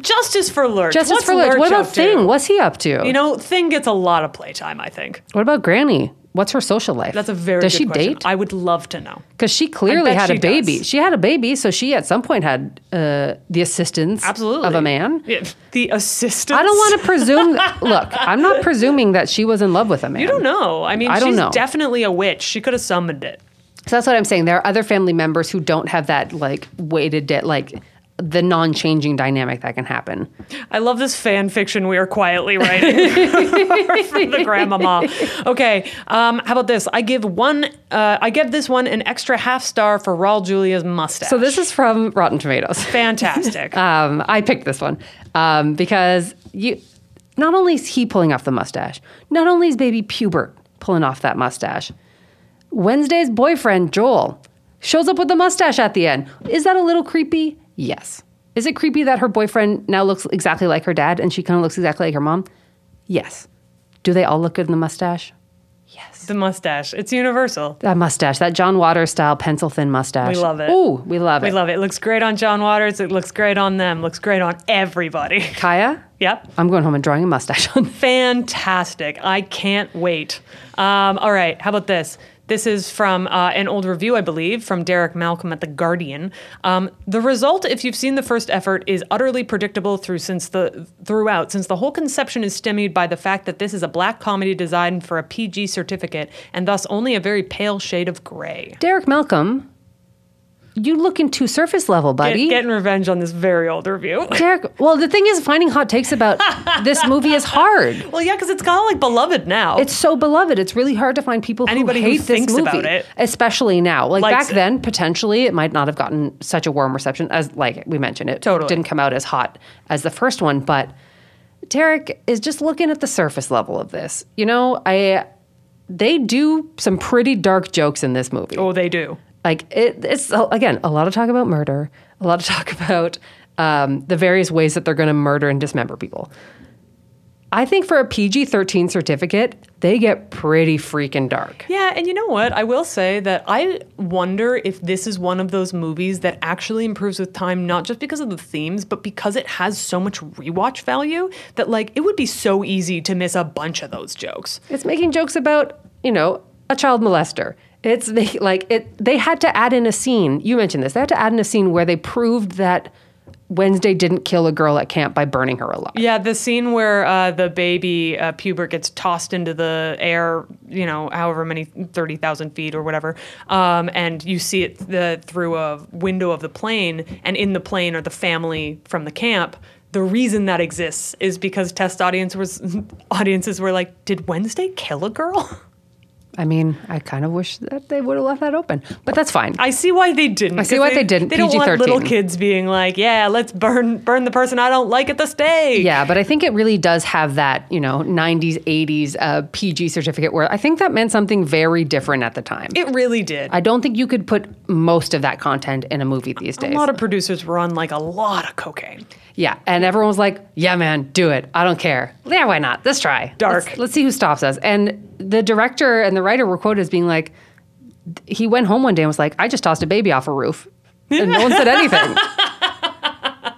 Speaker 2: Justice for Lurch.
Speaker 1: Justice
Speaker 2: What's
Speaker 1: for Lurch. what
Speaker 2: up
Speaker 1: about
Speaker 2: to?
Speaker 1: Thing? What's he up to?
Speaker 2: You know, Thing gets a lot of playtime, I think.
Speaker 1: what about Granny? What's her social life?
Speaker 2: That's a very
Speaker 1: does
Speaker 2: good
Speaker 1: she
Speaker 2: question.
Speaker 1: date?
Speaker 2: I would love to know.
Speaker 1: Because she clearly
Speaker 2: bet
Speaker 1: had a
Speaker 2: she
Speaker 1: baby.
Speaker 2: does.
Speaker 1: She had a baby, so she at some point had uh, the assistance
Speaker 2: Absolutely.
Speaker 1: of a man.
Speaker 2: Yeah, The assistant.
Speaker 1: I don't want to presume. look, I'm not presuming that she was in love with a man.
Speaker 2: You don't know. I mean,
Speaker 1: I don't
Speaker 2: she's
Speaker 1: know.
Speaker 2: definitely a witch. She could have summoned it.
Speaker 1: So that's what I'm saying. There are other family members who don't have that like weighted de- like the non-changing dynamic that can happen.
Speaker 2: I love this fan fiction we are quietly writing from the grandmama. Okay, um, how about this? I give one. Uh, I give this one an extra half star for Raul Julia's mustache.
Speaker 1: So this is from Rotten Tomatoes.
Speaker 2: fantastic.
Speaker 1: Um, I picked this one um, because you. Not only is he pulling off the mustache, not only is baby pubert pulling off that mustache. Wednesday's boyfriend Joel shows up with the mustache at the end. Is that a little creepy? Yes. Is it creepy that her boyfriend now looks exactly like her dad and she kind of looks exactly like her mom? Yes. Do they all look good in the mustache?
Speaker 2: the mustache. It's universal.
Speaker 1: That mustache, that John Waters style pencil thin mustache.
Speaker 2: We love it.
Speaker 1: Ooh, we love it.
Speaker 2: We love it. It looks great on John Waters. It looks great on them. Looks great on everybody.
Speaker 1: Kaya,
Speaker 2: yep.
Speaker 1: I'm going home and drawing a mustache on
Speaker 2: fantastic. I can't wait. Um, all right, how about this? This is from uh, an old review, I believe, from Derek Malcolm at The Guardian. Um, the result, if you've seen the first effort, is utterly predictable through since the throughout, since the whole conception is stemmed by the fact that this is a black comedy designed for a PG certificate and thus only a very pale shade of gray.
Speaker 1: Derek Malcolm, you looking too surface level, buddy.
Speaker 2: Get, getting revenge on this very old review.
Speaker 1: Derek, well, the thing is, finding hot takes about this movie is hard.
Speaker 2: well, yeah, because it's kind of like beloved now.
Speaker 1: It's so beloved. It's really hard to find people
Speaker 2: Anybody
Speaker 1: who
Speaker 2: who
Speaker 1: hate this
Speaker 2: thinks
Speaker 1: movie,
Speaker 2: about it
Speaker 1: especially now. Like
Speaker 2: likes
Speaker 1: back
Speaker 2: it.
Speaker 1: then, potentially it might not have gotten such a warm reception as, like we mentioned, it
Speaker 2: Totally.
Speaker 1: didn't come out as hot as the first one. But Derek is just looking at the surface level of this. You know, I they do some pretty dark jokes in this movie.
Speaker 2: oh, they do.
Speaker 1: like it, it's again a lot of talk about murder a lot of talk about um, the various ways that they're going to murder and dismember people i think for a pg-13 certificate they get pretty freaking dark
Speaker 2: Yeah, and you know what? I will say that I wonder if this is one of those movies that actually improves with time, not just because of the themes, but because it has so much rewatch value that, like, it would be so easy to miss a bunch of those jokes.
Speaker 1: it's making jokes about you know a child molester it's they, like it they had to add in a scene you mentioned this they had to add in a scene where they proved that wednesday didn't kill a girl at camp by burning her alive
Speaker 2: Yeah, the scene where uh, the baby uh, pubert gets tossed into the air, you know, however many thirty thousand feet or whatever, um, and you see it the, through a window of the plane, and in the plane are the family from the camp. The reason that exists is because test audience was audiences were like, "Did Wednesday kill a girl?"
Speaker 1: i mean i kind of wish that they would have left that open but that's fine
Speaker 2: I see why they didn't. I
Speaker 1: see why they didn't.
Speaker 2: They don't want little
Speaker 1: PG-13.
Speaker 2: kids being like, "Yeah, let's burn burn the person I don't like at the stake."
Speaker 1: Yeah, but I think it really does have that, you know, 90s, 80s uh, PG certificate where I think that meant something very different at the time.
Speaker 2: it really did.
Speaker 1: I don't think you could put most of that content in a movie these
Speaker 2: a
Speaker 1: days.
Speaker 2: lot of producers were on like a lot of cocaine.
Speaker 1: yeah, and everyone was like, yeah, man, do it. I don't care. Yeah, why not? Let's try.
Speaker 2: Dark.
Speaker 1: Let's, let's see who stops us. And the director and the writer were quoted as being like, he went home one day and was like, I just tossed a baby off a roof. And no one said anything.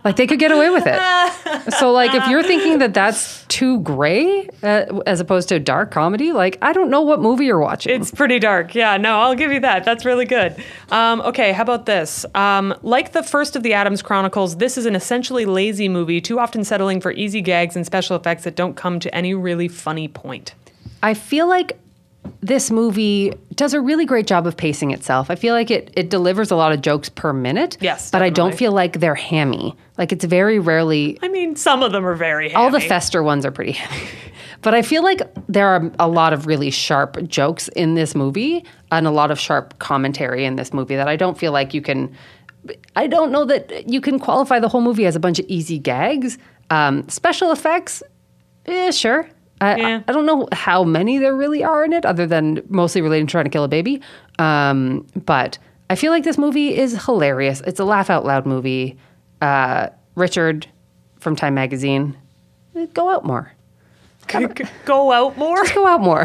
Speaker 1: Like they could get away with it. so like if you're thinking that that's too gray uh, as opposed to dark comedy, like I don't know what movie you're watching.
Speaker 2: It's pretty dark. Yeah, no, I'll give you that. That's really good. Um, okay, how about this? Um, like the first of the Adams Chronicles, this is an essentially lazy movie, too often settling for easy gags and special effects that don't come to any really funny point.
Speaker 1: I feel like this movie does a really great job of pacing itself. I feel like it it delivers a lot of jokes per minute.
Speaker 2: Yes,
Speaker 1: but I don't
Speaker 2: definitely.
Speaker 1: feel like they're hammy. Like it's very rarely
Speaker 2: I mean, some of them are very
Speaker 1: all the
Speaker 2: hammy.
Speaker 1: fester ones are pretty hammy. But I feel like there are a lot of really sharp jokes in this movie and a lot of sharp commentary in this movie that I don't feel like you can. I don't know that you can qualify the whole movie as a bunch of easy gags. Um, special effects, eh, sure. I,
Speaker 2: Yeah.
Speaker 1: I don't know how many there really are in it, other than mostly related to trying to kill a baby. Um, but I feel like this movie is hilarious. It's a laugh out loud movie. Uh, Richard from Time Magazine, go out more.
Speaker 2: G- g- go out more.
Speaker 1: Go out more.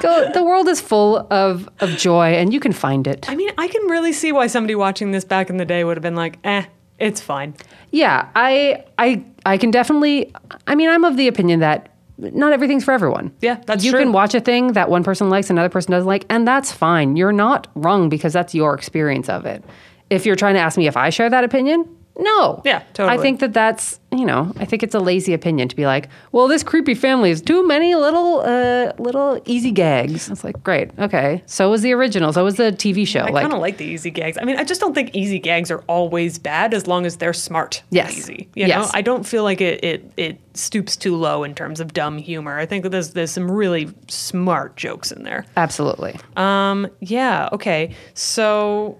Speaker 1: go. The world is full of of joy, and you can find it.
Speaker 2: I mean, I can really see why somebody watching this back in the day would have been like, eh, it's fine.
Speaker 1: Yeah, I I I can definitely. I mean, I'm of the opinion that not everything's for everyone.
Speaker 2: Yeah, that's
Speaker 1: you
Speaker 2: true.
Speaker 1: can watch a thing that one person likes, another person doesn't like, and that's fine. You're not wrong because that's your experience of it. If you're trying to ask me if I share that opinion, no.
Speaker 2: Yeah, totally.
Speaker 1: I think that that's you know I think it's a lazy opinion to be like, well, this creepy family is too many little uh, little easy gags. It's like great, okay. So was the original. So was the TV show.
Speaker 2: I kind of like the easy gags. I mean, I just don't think easy gags are always bad as long as they're smart. and
Speaker 1: Yes.
Speaker 2: Easy. You
Speaker 1: Yes.
Speaker 2: know, I don't feel like it, it it stoops too low in terms of dumb humor. I think that there's there's some really smart jokes in there.
Speaker 1: absolutely.
Speaker 2: Um, yeah, okay. So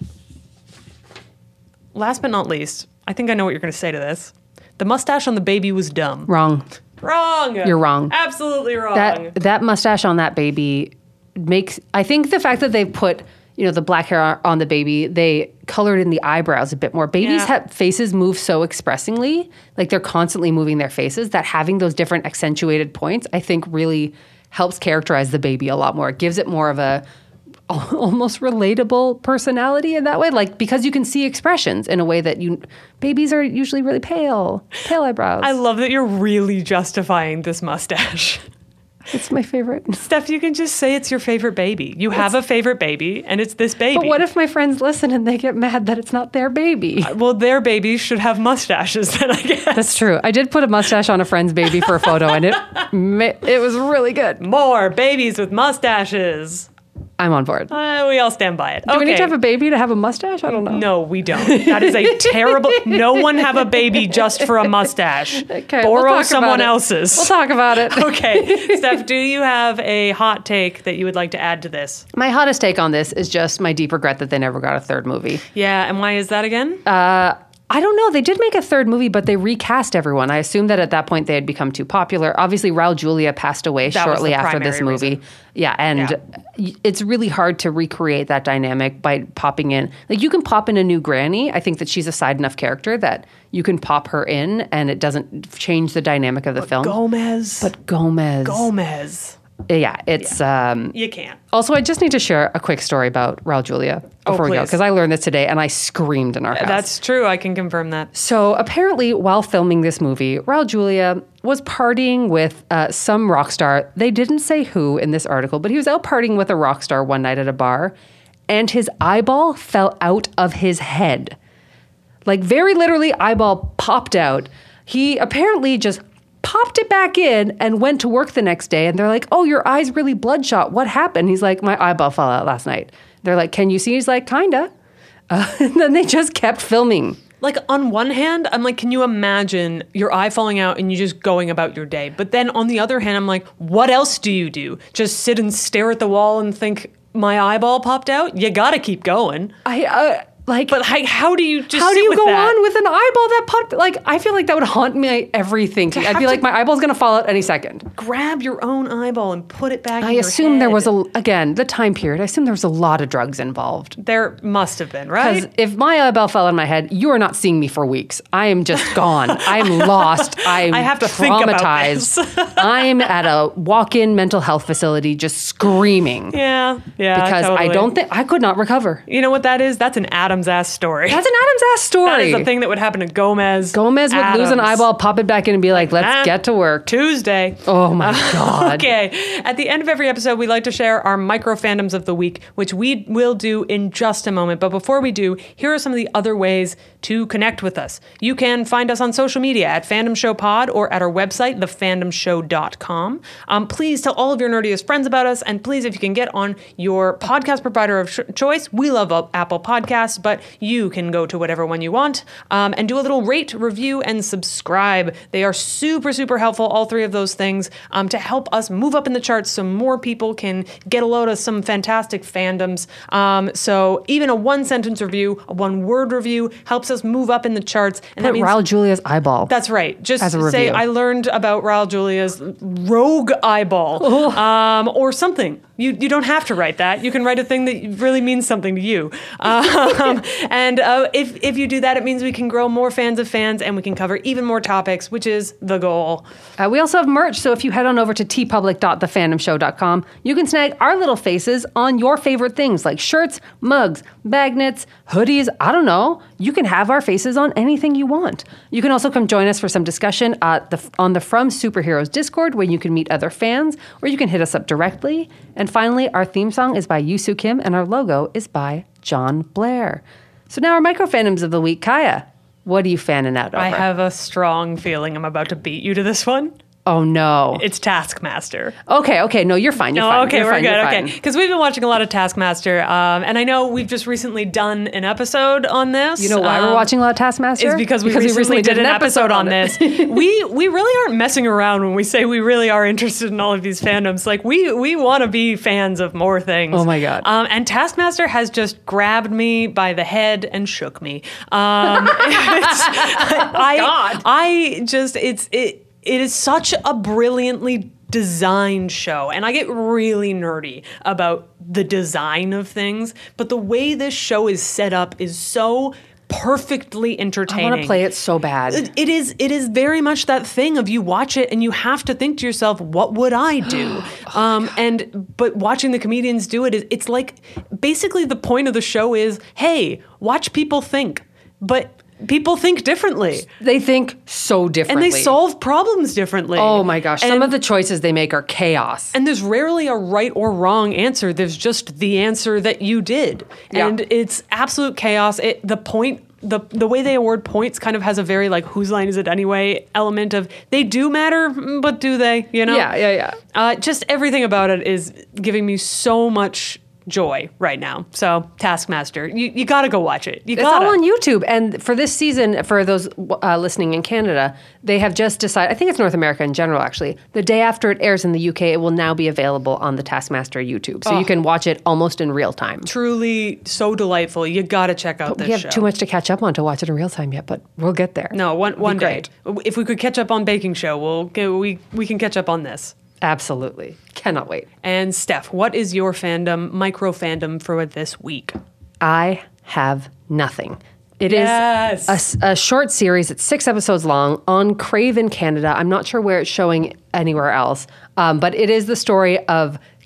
Speaker 2: last but not least, I think I know what you're gonna say to this. The mustache on the baby was dumb.
Speaker 1: Wrong.
Speaker 2: Wrong.
Speaker 1: You're wrong.
Speaker 2: Absolutely wrong.
Speaker 1: that that mustache on that baby makes I think the fact that they put you know the black hair on the baby they colored in the eyebrows a bit more babies
Speaker 2: Yeah.
Speaker 1: have faces move so expressingly like they're constantly moving their faces that having those different accentuated points I think really helps characterize the baby a lot more it gives it more of a al- almost relatable personality in that way like because you can see expressions in a way that you babies are usually really pale pale eyebrows
Speaker 2: I love that you're really justifying this mustache.
Speaker 1: it's my favorite
Speaker 2: Steph, you can just say it's your favorite baby. You have a favorite baby, and it's this baby.
Speaker 1: But what if my friends listen and they get mad that it's not their baby?
Speaker 2: well, their babies should have mustaches then, I guess.
Speaker 1: That's true. I did put a mustache on a friend's baby for a photo, and it ma- it was really good.
Speaker 2: More babies with mustaches.
Speaker 1: I'm on board. Do
Speaker 2: Uh, we all stand by it. okay.
Speaker 1: we need to have a baby to have a mustache? I don't know.
Speaker 2: no, we don't. That is a terrible. No one have a baby just for a mustache.
Speaker 1: Okay, we'll
Speaker 2: Borrow
Speaker 1: talk about
Speaker 2: someone
Speaker 1: it.
Speaker 2: else's.
Speaker 1: We'll talk about it.
Speaker 2: okay, Steph, do you have a hot take that you would like to add to this?
Speaker 1: My hottest take on this is just my deep regret that they never got a third movie.
Speaker 2: Yeah, and why is that again?
Speaker 1: Um, I don't know. They did make a third movie, but they recast everyone. I assume that at that point they had become too popular. Obviously, Raul Julia passed away
Speaker 2: That was
Speaker 1: shortly
Speaker 2: the
Speaker 1: after this
Speaker 2: primary
Speaker 1: movie. Yeah, and y it's really hard to recreate that dynamic by popping in. Like you can pop in a new granny. I think that she's a side enough character that you can pop her in, and it doesn't change the dynamic of the film.
Speaker 2: Gomez.
Speaker 1: but Gomez,
Speaker 2: Gomez.
Speaker 1: yeah, it's um,
Speaker 2: You can't.
Speaker 1: also, I just need to share a quick story about Raul Julia before we go
Speaker 2: Oh, please.
Speaker 1: because I learned this today and I screamed in our house.
Speaker 2: That's true. I can confirm that.
Speaker 1: So apparently, while filming this movie, Raul Julia was partying with uh, some rock star. They didn't say who in this article, but he was out partying with a rock star one night at a bar, and his eyeball fell out of his head. Like very literally, eyeball popped out. He apparently just popped it back in and went to work the next day. And they're like, "Oh, your eye's really bloodshot. What happened?" He's like, "My eyeball fell out last night." They're like, "Can you see?" He's like, "Kinda." Uh, and then they just kept filming.
Speaker 2: Like on one hand, I'm like, can you imagine your eye falling out and you just going about your day? But then on the other hand, I'm like, what else do you do? Just sit and stare at the wall and think my eyeball popped out? You gotta keep going.
Speaker 1: I uh, like.
Speaker 2: But like, how do you just
Speaker 1: how do
Speaker 2: sit
Speaker 1: you
Speaker 2: with
Speaker 1: go
Speaker 2: that?
Speaker 1: on with an eyeball that popped? Like I feel like that would haunt me every thinking. I'd
Speaker 2: have
Speaker 1: be like,
Speaker 2: to-
Speaker 1: my eyeball's gonna fall out any second.
Speaker 2: grab your own eyeball and put it back?
Speaker 1: I
Speaker 2: in your
Speaker 1: assume there was
Speaker 2: head?
Speaker 1: a again the time period. I assume there was a lot of drugs involved.
Speaker 2: There must have been,
Speaker 1: Because
Speaker 2: right?
Speaker 1: if my eyeball fell on my head, you are not seeing me for weeks. I am just gone. I'm lost. I'm
Speaker 2: I have to think about
Speaker 1: traumatized. I'm at a walk-in mental health facility, just screaming
Speaker 2: Yeah, yeah.
Speaker 1: because I
Speaker 2: totally.
Speaker 1: don't think I could not recover.
Speaker 2: You know what that is? That's an Adam Adam's ass story.
Speaker 1: That's an Adam's ass story.
Speaker 2: That is the thing that would happen to Gomez.
Speaker 1: Gomez would lose an
Speaker 2: Adams.
Speaker 1: eyeball, pop it back in, and be like, eh. let's
Speaker 2: Nah.
Speaker 1: get to work.
Speaker 2: Tuesday.
Speaker 1: Oh my God.
Speaker 2: Okay. At the end of every episode, we like to share our micro fandoms of the week, which we will do in just a moment. But before we do, here are some of the other ways to connect with us. You can find us on social media at Fandom Show Pod or at our website, thefandomshow.com. Um, please tell all of your nerdiest friends about us. And please, if you can get on your podcast provider of sh- choice, we love uh, Apple Podcasts, but you can go to whatever one you want um, and do a little rate, review, and subscribe. They are super, super helpful, all three of those things, um, to help us move up in the charts so more people can get a load of some fantastic fandoms. Um, so even a one sentence review, a one word review helps us move up in the charts. And that
Speaker 1: Put
Speaker 2: means.
Speaker 1: Raul Julia's eyeball.
Speaker 2: that's right. Just
Speaker 1: As a
Speaker 2: say
Speaker 1: review.
Speaker 2: I learned about Raul Julia's rogue eyeball, um, or something. You you don't have to write that. You can write a thing that really means something to you. Um, and uh, if if you do that, it means we can grow more fans of fans, and we can cover even more topics, which is the goal.
Speaker 1: Uh, we also have merch, so if you head on over to tpublic.thefandomshow.com, you can snag our little faces on your favorite things like shirts, mugs, magnets, hoodies. I don't know. You can have our faces on anything you want. You can also come join us for some discussion at the, on the From Superheroes Discord, where you can meet other fans, or you can hit us up directly. And finally, our theme song is by Yusu Kim, and our logo is by John Blair. So now our micro fandoms of the week, Kaya. What are you fanning out over?
Speaker 2: I have a strong feeling I'm about to beat you to this one.
Speaker 1: oh no.
Speaker 2: It's Taskmaster.
Speaker 1: Okay, okay. No, you're fine. You're
Speaker 2: Oh,
Speaker 1: fine.
Speaker 2: okay,
Speaker 1: you're
Speaker 2: we're
Speaker 1: fine,
Speaker 2: good.
Speaker 1: You're
Speaker 2: Okay,
Speaker 1: fine.
Speaker 2: because we've been watching a lot of Taskmaster, um, and I know we've just recently done an episode on this.
Speaker 1: You know why we're
Speaker 2: um,
Speaker 1: watching a lot of Taskmaster?
Speaker 2: Is because we, recently did, an episode on
Speaker 1: it.
Speaker 2: this. we we really aren't messing around when we say we really are interested in all of these fandoms. Like we we want to be fans of more things.
Speaker 1: Oh, my God.
Speaker 2: Um, and Taskmaster has just grabbed me by the head and shook me. Um, it's- I,
Speaker 1: Oh, God.
Speaker 2: I just it's it it is such a brilliantly designed show and I get really nerdy about the design of things, but the way this show is set up is so perfectly
Speaker 1: I
Speaker 2: entertaining.
Speaker 1: want to play it so bad.
Speaker 2: It- it is it is very much that thing of you watch it and you have to think to yourself what would i
Speaker 1: Oh
Speaker 2: do um, and but watching the comedians do it is it's like basically the point of the show is hey watch people think but people think differently
Speaker 1: They think so
Speaker 2: and
Speaker 1: differently.
Speaker 2: they solve problems differently
Speaker 1: Oh my gosh.
Speaker 2: and,
Speaker 1: Some of the choices they make are chaos.
Speaker 2: and there's rarely a right or wrong answer there's just the answer that you did
Speaker 1: Yeah.
Speaker 2: and it's absolute chaos it the point the, the way they award points kind of has a very like whose line is it anyway element of they do matter mm, but do they you know
Speaker 1: Yeah, yeah, yeah.
Speaker 2: uh, just everything about it is giving me so much joy right now so taskmaster you, you gotta go watch it you
Speaker 1: It's
Speaker 2: gotta
Speaker 1: all on YouTube. And for this season, for those uh, listening in Canada, they have just decided, I think it's North America in general, actually. The day after it airs in the UK, it will now be available on the Taskmaster YouTube.
Speaker 2: Oh.
Speaker 1: So you can watch it almost in real time.
Speaker 2: truly so delightful you gotta check out this
Speaker 1: We have
Speaker 2: show
Speaker 1: too much to catch up on to watch it in real time yet, but we'll get there.
Speaker 2: no one, one day
Speaker 1: great.
Speaker 2: if we could catch up on baking show we'll go- we, we can catch up on this
Speaker 1: Absolutely. Cannot wait.
Speaker 2: And Steph, what is your fandom, micro fandom for this week?
Speaker 1: I have nothing. It is
Speaker 2: Yes.
Speaker 1: a s- a, short series. It's six episodes long on Crave in Canada. I'm not sure where it's showing anywhere else, um, but it is the story of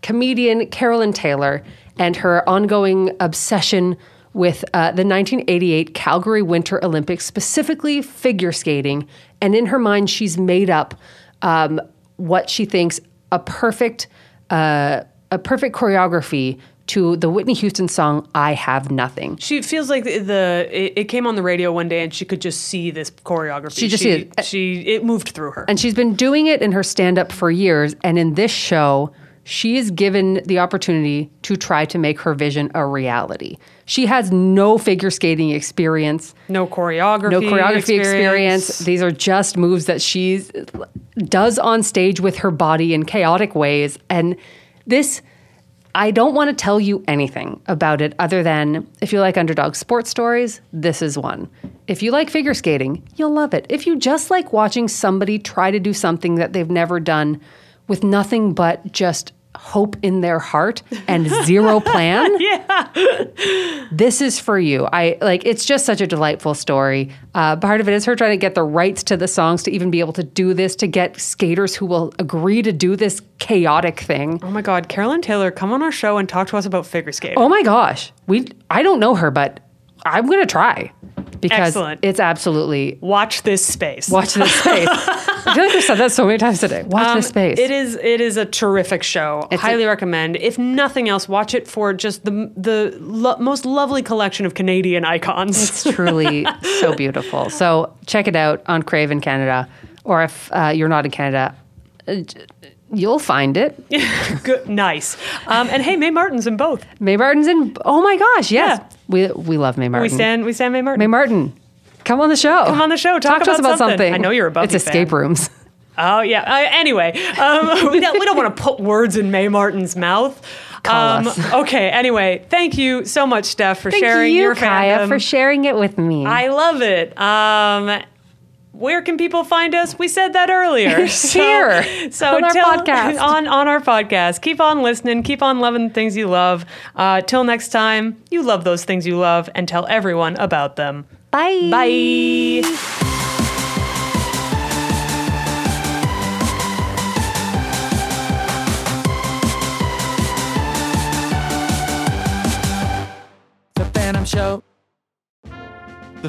Speaker 1: comedian Carolyn Taylor and her ongoing obsession with uh, the 1988 Calgary Winter Olympics, specifically figure skating. And in her mind, she's made up um, what she thinks a perfect uh, a perfect choreography to the Whitney Houston song "I Have Nothing."
Speaker 2: She feels like the, the it, it came on the radio one day, and she could just see this choreography.
Speaker 1: She just
Speaker 2: she,
Speaker 1: see it.
Speaker 2: she it moved through her.
Speaker 1: And she's been doing it in her stand up for years. And in this show, she is given the opportunity to try to make her vision a reality. She has no figure skating experience,
Speaker 2: no choreography.
Speaker 1: no choreography experience. These are just moves that she does on stage with her body in chaotic ways. And this. I don't want to tell you anything about it other than if you like underdog sports stories, this is one. If you like figure skating, you'll love it. If you just like watching somebody try to do something that they've never done with nothing but just hope in their heart and zero plan, this is for you. I like it's just such a delightful story. Uh, part of it is her trying to get the rights to the songs to even be able to do this, to get skaters who will agree to do this chaotic thing.
Speaker 2: Oh my God, Carolyn Taylor, come on our show and talk to us about figure skating.
Speaker 1: Oh my gosh. We I don't know her, but I'm going to try because
Speaker 2: Excellent.
Speaker 1: it's absolutely
Speaker 2: Watch this space.
Speaker 1: watch this space. I feel like we've said that so many times today. Watch
Speaker 2: Um,
Speaker 1: this space.
Speaker 2: It is it is a terrific show.
Speaker 1: It's a-
Speaker 2: Highly recommend. If nothing else, watch it for just the the lo- most lovely collection of Canadian icons.
Speaker 1: It's truly so beautiful. So check it out on Crave in Canada, or if uh, you're not in Canada, uh, j- you'll find it.
Speaker 2: Good, nice. Um, and hey, Mae Martin's in both.
Speaker 1: May Martin's in. Oh my gosh, yes,
Speaker 2: Yeah.
Speaker 1: we we love May Martin.
Speaker 2: We stand we stand Mae Martin.
Speaker 1: May Martin, come on the show. Come
Speaker 2: on the show. Talk
Speaker 1: to us
Speaker 2: about
Speaker 1: about something.
Speaker 2: something. I know you're a Buffy
Speaker 1: It's escape
Speaker 2: fan.
Speaker 1: rooms.
Speaker 2: oh yeah. Uh, anyway, um, we don't, we don't want to put words in Mae Martin's mouth. Um,
Speaker 1: Call us.
Speaker 2: Okay. Anyway, thank you so much, Steph, for
Speaker 1: Thank
Speaker 2: sharing
Speaker 1: you,
Speaker 2: your
Speaker 1: Kaya,
Speaker 2: fandom.
Speaker 1: for sharing it with me.
Speaker 2: I love it. Um, where can people find us? We said that earlier.
Speaker 1: Here,
Speaker 2: So
Speaker 1: on our
Speaker 2: till-
Speaker 1: podcast.
Speaker 2: On, on our podcast. Keep on listening. Keep on loving the things you love. Uh, till next time, you love those things you love and tell everyone about them.
Speaker 1: Bye.
Speaker 2: Bye.
Speaker 3: The Phantom Show.
Speaker 4: The